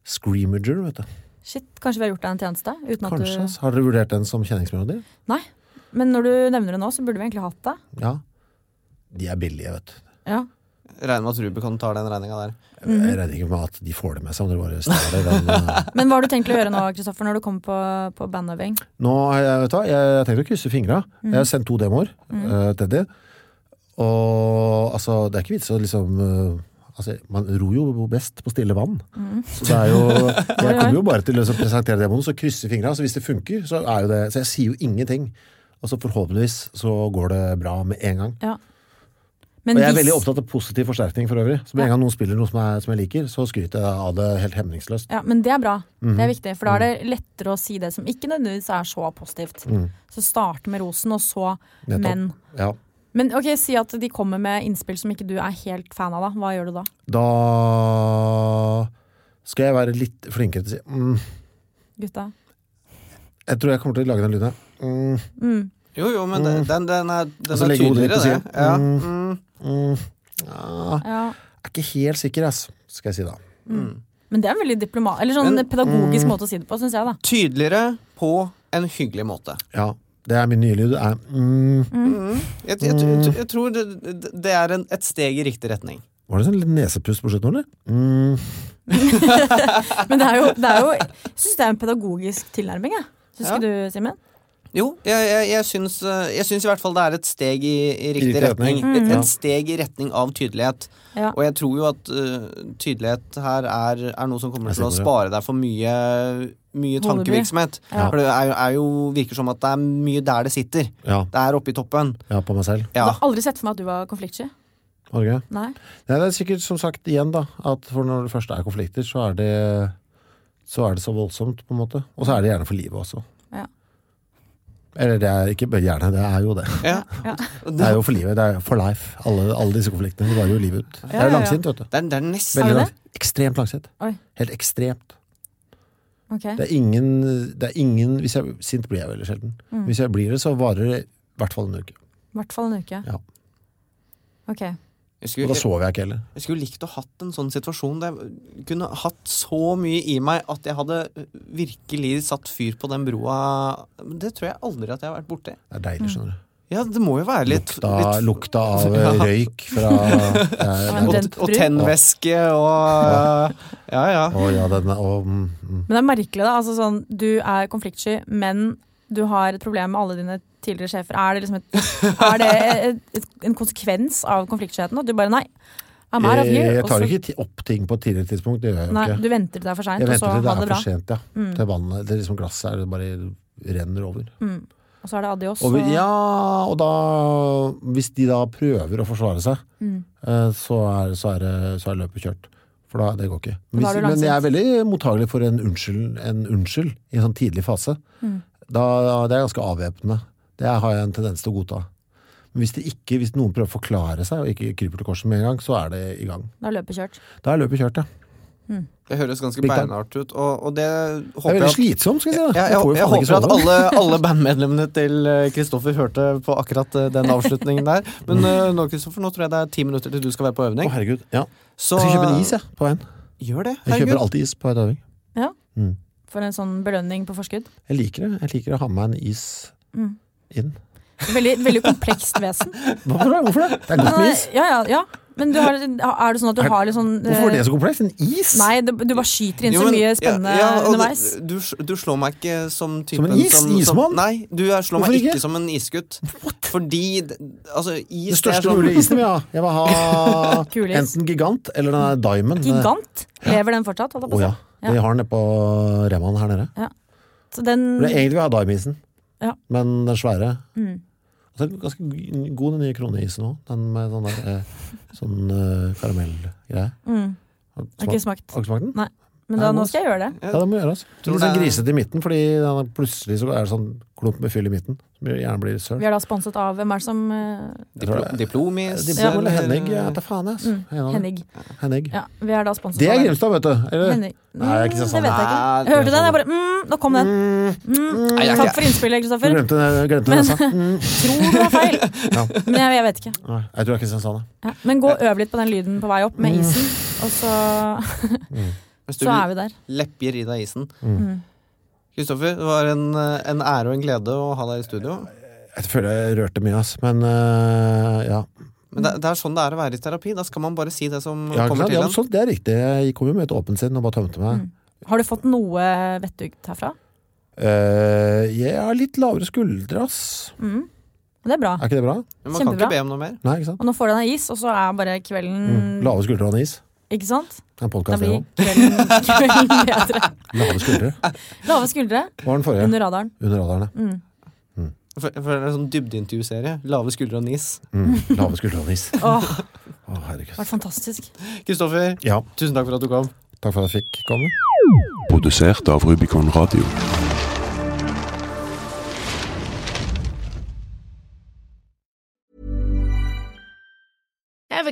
D: Screamager, vet du.
B: Shit, kanskje vi har gjort deg en tjeneste? Uten at
D: Kanskje. altså.
B: du...
D: Har dere vurdert den som kjenningsmelodi?
B: Nei. Men når du nevner det nå, så burde vi egentlig hatt det.
D: Ja. De er billige, vet du.
B: Ja.
C: Regner med at Rubicon tar den regninga der.
D: Jeg- Jeg regner ikke med at de får det med seg om dere bare stjeler den. eh.
B: Men hva har du tenkt å gjøre nå, Kristoffer, når du kommer på, på bandøving?
D: Nå har jeg, vet du, hva, jeg, jeg tenkte å krysse fingra.
B: Mm.
D: Jeg har sendt to demoer eh, til de. Og altså, det er ikke vits å liksom eh, Altså, man ror jo best på stille vann.
B: Mm.
D: Så det er jo Jeg kommer jo bare til å liksom presentere demoen, så krysser fingra. Så hvis det funker, så er jo det Så jeg sier jo ingenting. Og så forhåpentligvis så går det bra med en gang.
B: Ja.
D: Og
B: Men
D: jeg er
B: hvis-
D: veldig opptatt av positiv forsterkning for øvrig. Så med en gang noen spiller noe som jeg, som jeg liker, så skryter jeg av det helt hemningsløst.
B: Ja, men det er bra. Det
C: Mhm.
B: er viktig, for da er det lettere å si det som ikke nødvendigvis er så positivt.
C: Mm.
B: Så starte med rosen, og så
D: Nettopp.
B: men.
D: Ja.
B: Men ok, si at de kommer med innspill som ikke du er helt fan av, da. Hva gjør du da?
D: Da skal jeg være litt flinkere til å si mm,
B: Gutta?
D: Jeg tror jeg kommer til å lage den lyden. her. Mm.
C: Jo, jo, men den, den, den er,
D: Og
C: den
D: så
C: er
D: legge hodet litt
C: tydeligere,
D: på
C: det.
D: siden.
C: Ja.
D: Mm.
C: Mm.
D: Mm.
B: Ja.
D: Ah, jeg er ikke helt sikker, ass, skal jeg si da.
B: Men det er en veldig diplomat... Eller sånn
C: Men- Mm.
B: pedagogisk måte å si det på, syns jeg, da.
C: Tydeligere på en hyggelig måte.
D: Ja, det er min nye lyd. det Er, mm.
C: Jeg, jeg, jeg, jeg tror det, det- det er en, et steg i riktig retning.
D: Var det sånn litt nesepust på slutten, eller? Mm.
B: Men det er jo, det er jo Jeg syns det er en pedagogisk tilnærming, jeg. Syns
C: Ja.
B: ikke du, Simen?
C: Jo, jeg, jeg, jeg, syns, eh, jeg syns i hvert fall det er et steg i, i riktig
D: riktig
C: retning.
D: retning.
C: Et,
D: Mm. Ja.
C: et steg i retning av tydelighet.
B: Ja.
C: Og jeg tror jo at eh, tydelighet her er, er noe som kommer
D: Jeg
C: til å
D: ser på det.
C: spare deg for mye, mye
B: Hodebry.
C: tankevirksomhet.
B: Ja.
C: For det er, jo- er jo, virker som at det er mye der det sitter.
D: Ja,
C: Det er oppe i toppen.
D: ja, på meg selv.
C: Ja.
B: Jeg har aldri sett for meg at du var konfliktsky.
D: Var det gøy?
B: Nei.
D: Nei, det er sikkert som sagt igjen da, at for når det først er konflikter, så er det så, er det så voldsomt, på en måte. Og så er det gjerne for livet også.
B: Ja.
D: Eller det er ikke bare gjerne, det er jo det.
C: Ja.
B: Ja.
C: Og
D: Det
C: Det,
D: er jo for livet, det er jo for life. Alle, alle disse konfliktene de varer jo livet ut. Det er
B: ja,
D: jo
B: ja.
D: langsint, vet du.
C: det, er, det er nesten
D: Veldig
B: Er det
D: langt. Ekstremt langsint.
B: Oi.
D: Helt ekstremt.
B: Ok.
D: Det er ingen, det er ingen hvis jeg, Sint blir jeg veldig sjelden.
B: Mm.
D: Hvis jeg blir det, så varer det i hvert fall en uke.
B: I hvert fall en uke.
D: Ja.
B: Ok.
C: jeg
D: Og da
C: skulle,
D: sover jeg ikke heller.
C: jeg skulle likt å hatt en sånn situasjon der jeg kunne hatt så mye i meg at jeg hadde virkelig satt fyr på den broa. Det tror jeg aldri at jeg har vært borti.
D: Det er
B: Mm.
D: deilig, skjønner du.
C: Ja, det må jo være litt
D: Lukta,
C: litt-
D: lukta av eh,
C: Ja.
D: røyk fra
B: Ja,
D: eh,
B: men
C: Og,
D: eh,
B: den-
C: og tennvæske og Ja, ja.
D: Å ja, den er å, mm, mm.
B: Men det er merkelig, da. Altså, sånn, du er konfliktsky, men du har et problem med alle dine tidligere sjefer. Er det, liksom et, er det et, et, en konsekvens av konfliktskyheten? At du bare nei, I'm out of
D: Jeg,
B: here.
D: jeg
B: og
D: tar
B: så-
D: ikke ti- opp ting på et tidligere tidspunkt. Det gjør jeg jo
B: Nei,
D: ikke.
B: du venter til det er for seint,
D: Jeg
B: og
D: venter
B: så
D: til det
B: ha det
D: er
B: bra. Mm.
D: for sent, ja. Til vannet, det er liksom glasset er det bare renner over.
B: Og så er det adios.
D: Og, vi-
B: og-
D: ja, og da Hvis de da prøver å forsvare seg,
B: Mm.
D: eh, så, er, så, er, det- så er løpet kjørt. For da, det går
B: Da
D: ikke.
B: er
D: Hvis,
B: du
D: men jeg er
B: langsint.
D: veldig mottagelig for en unnskyld, en unnskyld i en sånn tidlig fase.
B: Mm.
D: Da, det er ganske avvæpnende. Det har jeg en tendens til å godta. Men hvis, det ikke, hvis noen prøver å forklare seg og ikke kryper til korset med en gang, så er det i gang.
B: Da er løpet kjørt.
D: Da er løpet kjørt, ja.
B: Hmm.
C: Det høres ganske
D: Big time.
C: beinhardt ut, og, og det håper
D: Det er
C: jeg
D: veldig
C: at-
D: slitsomt, skal jeg si. da.
C: Ja,
D: Du
C: jeg,
D: får jo
C: jeg,
D: faen
C: håper
D: ikke
C: at
D: sove.
C: alle, alle bandmedlemmene til eh, Kristoffer hørte på akkurat eh, den avslutningen der. Men eh, nå, Kristoffer, nå tror jeg det er ti minutter til du skal være på
D: Mm. Å,
C: øving.
D: herregud. Ja.
C: Så eh,
D: Jeg skal kjøpe en is, jeg, på veien.
C: gjør det.
D: Jeg kjøper
C: Herregud.
D: alltid is på en øving.
B: Ja.
D: Mm.
B: For en sånn belønning på forskudd.
D: Jeg liker det. Jeg liker å ha med meg en is
B: Mm.
D: inn.
B: Veldig, veldig komplekst vesen.
D: Hvorfor det? Hvorfor det? Det er godt med is.
B: Ja, ja, ja. Men du har, er det sånn at du
D: Er-
B: har litt sånn eh,
D: Hvorfor var det så komplekst? En is?
B: Nei, du, du bare skyter inn
C: Jo,
B: så
C: men-
B: mye spennende
C: ja, ja, og du-
B: underveis.
C: Du, du slår meg ikke som typen
D: Som en is? Ismann?
C: nei, du er- slår meg
D: Hvorfor
C: ikke?
D: ikke?
C: som en isgutt. Fordi d- Altså, is
D: Den
C: det er
D: største
C: sånn-
D: mulige isen vil jeg ha. Jeg vil ha
B: Kul is.
D: enten Gigant eller den der Diamond.
B: Gigant. Lever den fortsatt? Holdt
D: Å
B: jeg på å si.
D: ja. Vi har den nede på Remaen her nede.
B: Så den
D: Men egentlig vil jeg ha Diamond-isen,
B: Mm. Ja.
D: men den svære.
B: Mm.
D: Og så er den ganske g- god, den nye kroneisen òg. Den med sånn der eh, sånn eh, karamellgreie.
B: mm,
D: Har du
B: har ikke smakt.
D: har du smakt den?
B: Men da, nå skal jeg gjøre det.
D: Ja, det må gjøres.
C: Tror
D: Litt
C: det
D: sånn
C: er-
D: grisete i midten, fordi den er plutselig så er det sånn klump med fyll i midten. Som gjerne blir søl.
B: Vi er da sponset av hvem er det som eh,
D: Jeg tror det
C: Diplo-
D: er-
C: Diplomis?
D: Diplo eller
C: eller-
D: Henning, jeg vet da faen, jeg.
B: Mm,
D: En av dem.
B: Henning.
D: Henning.
B: Ja, vi er da sponset
D: Det er
B: av hvem?
D: Grimstad, vet du. Eller?
B: Henning. Mm,
D: Nei, det er ikke
B: Det
D: Kristiansand.
B: vet jeg ikke.
C: Nei,
B: Hørte du den?
C: Kristiansand.
B: Jeg bare mm, Nå kom den. Mm.
C: Nei, jeg er
B: Takk
C: ikke-
B: for innspillet,
D: Du
B: Kristoffer.
D: glemte, den- glemte
B: Men-
D: den nesa. Mm.
B: Tror det var feil.
D: Ja.
B: Men jeg, jeg vet ikke.
D: Nei, Jeg tror det er Kristiansand, da.
B: Ja. Men gå og øv litt på den lyden på vei opp med isen, og så,
C: Hvis du
B: så er vi der.
C: lepper i deg isen.
B: Mm.
C: Kristoffer, det var en, eh, en ære og en glede å ha deg i studio.
D: Jeg føler jeg rørte mye, ass. Men øh, ja.
C: Men det, det er sånn det er å være i terapi. Da skal man bare si det som
D: ja ikke
C: kommer
D: sant?
C: til
D: ja
C: en.
D: men sånn, det er riktig. Jeg kom jo med et åpent sinn og bare tømte meg.
B: Mm. Har du fått noe vettug herfra?
D: Eh, jeg har litt lavere skuldre, ass.
B: Mm. Det er bra.
D: Er ikke det bra?
C: Men man kan
B: Kjempebra.
C: ikke be om noe mer.
D: Nei, ikke sant?
B: Og nå får du deg is, og så er bare
D: Mm.
B: kvelden
D: Lave skuldre og is.
B: Ikke sant?
D: Det er En
B: Da
D: podkast, det
B: blir
D: òg.
B: kvelden, kvelden bedre.
D: Lave skuldre.
B: Lave skuldre
D: Hva var den forrige?
B: under radaren.
D: Under radaren, ja.
B: Mm.
C: For, for det er en sånn dybdeintervjuserie. Lave skuldre og nis.
D: Mm. Lave skuldre og is.
B: Åh,
D: Å,
B: det har vært
D: herregud.
B: fantastisk.
C: Kristoffer,
D: Ja,
C: tusen takk for at du kom.
D: takk for at jeg fikk komme.
H: Produsert av Rubicon Radio.
F: Ever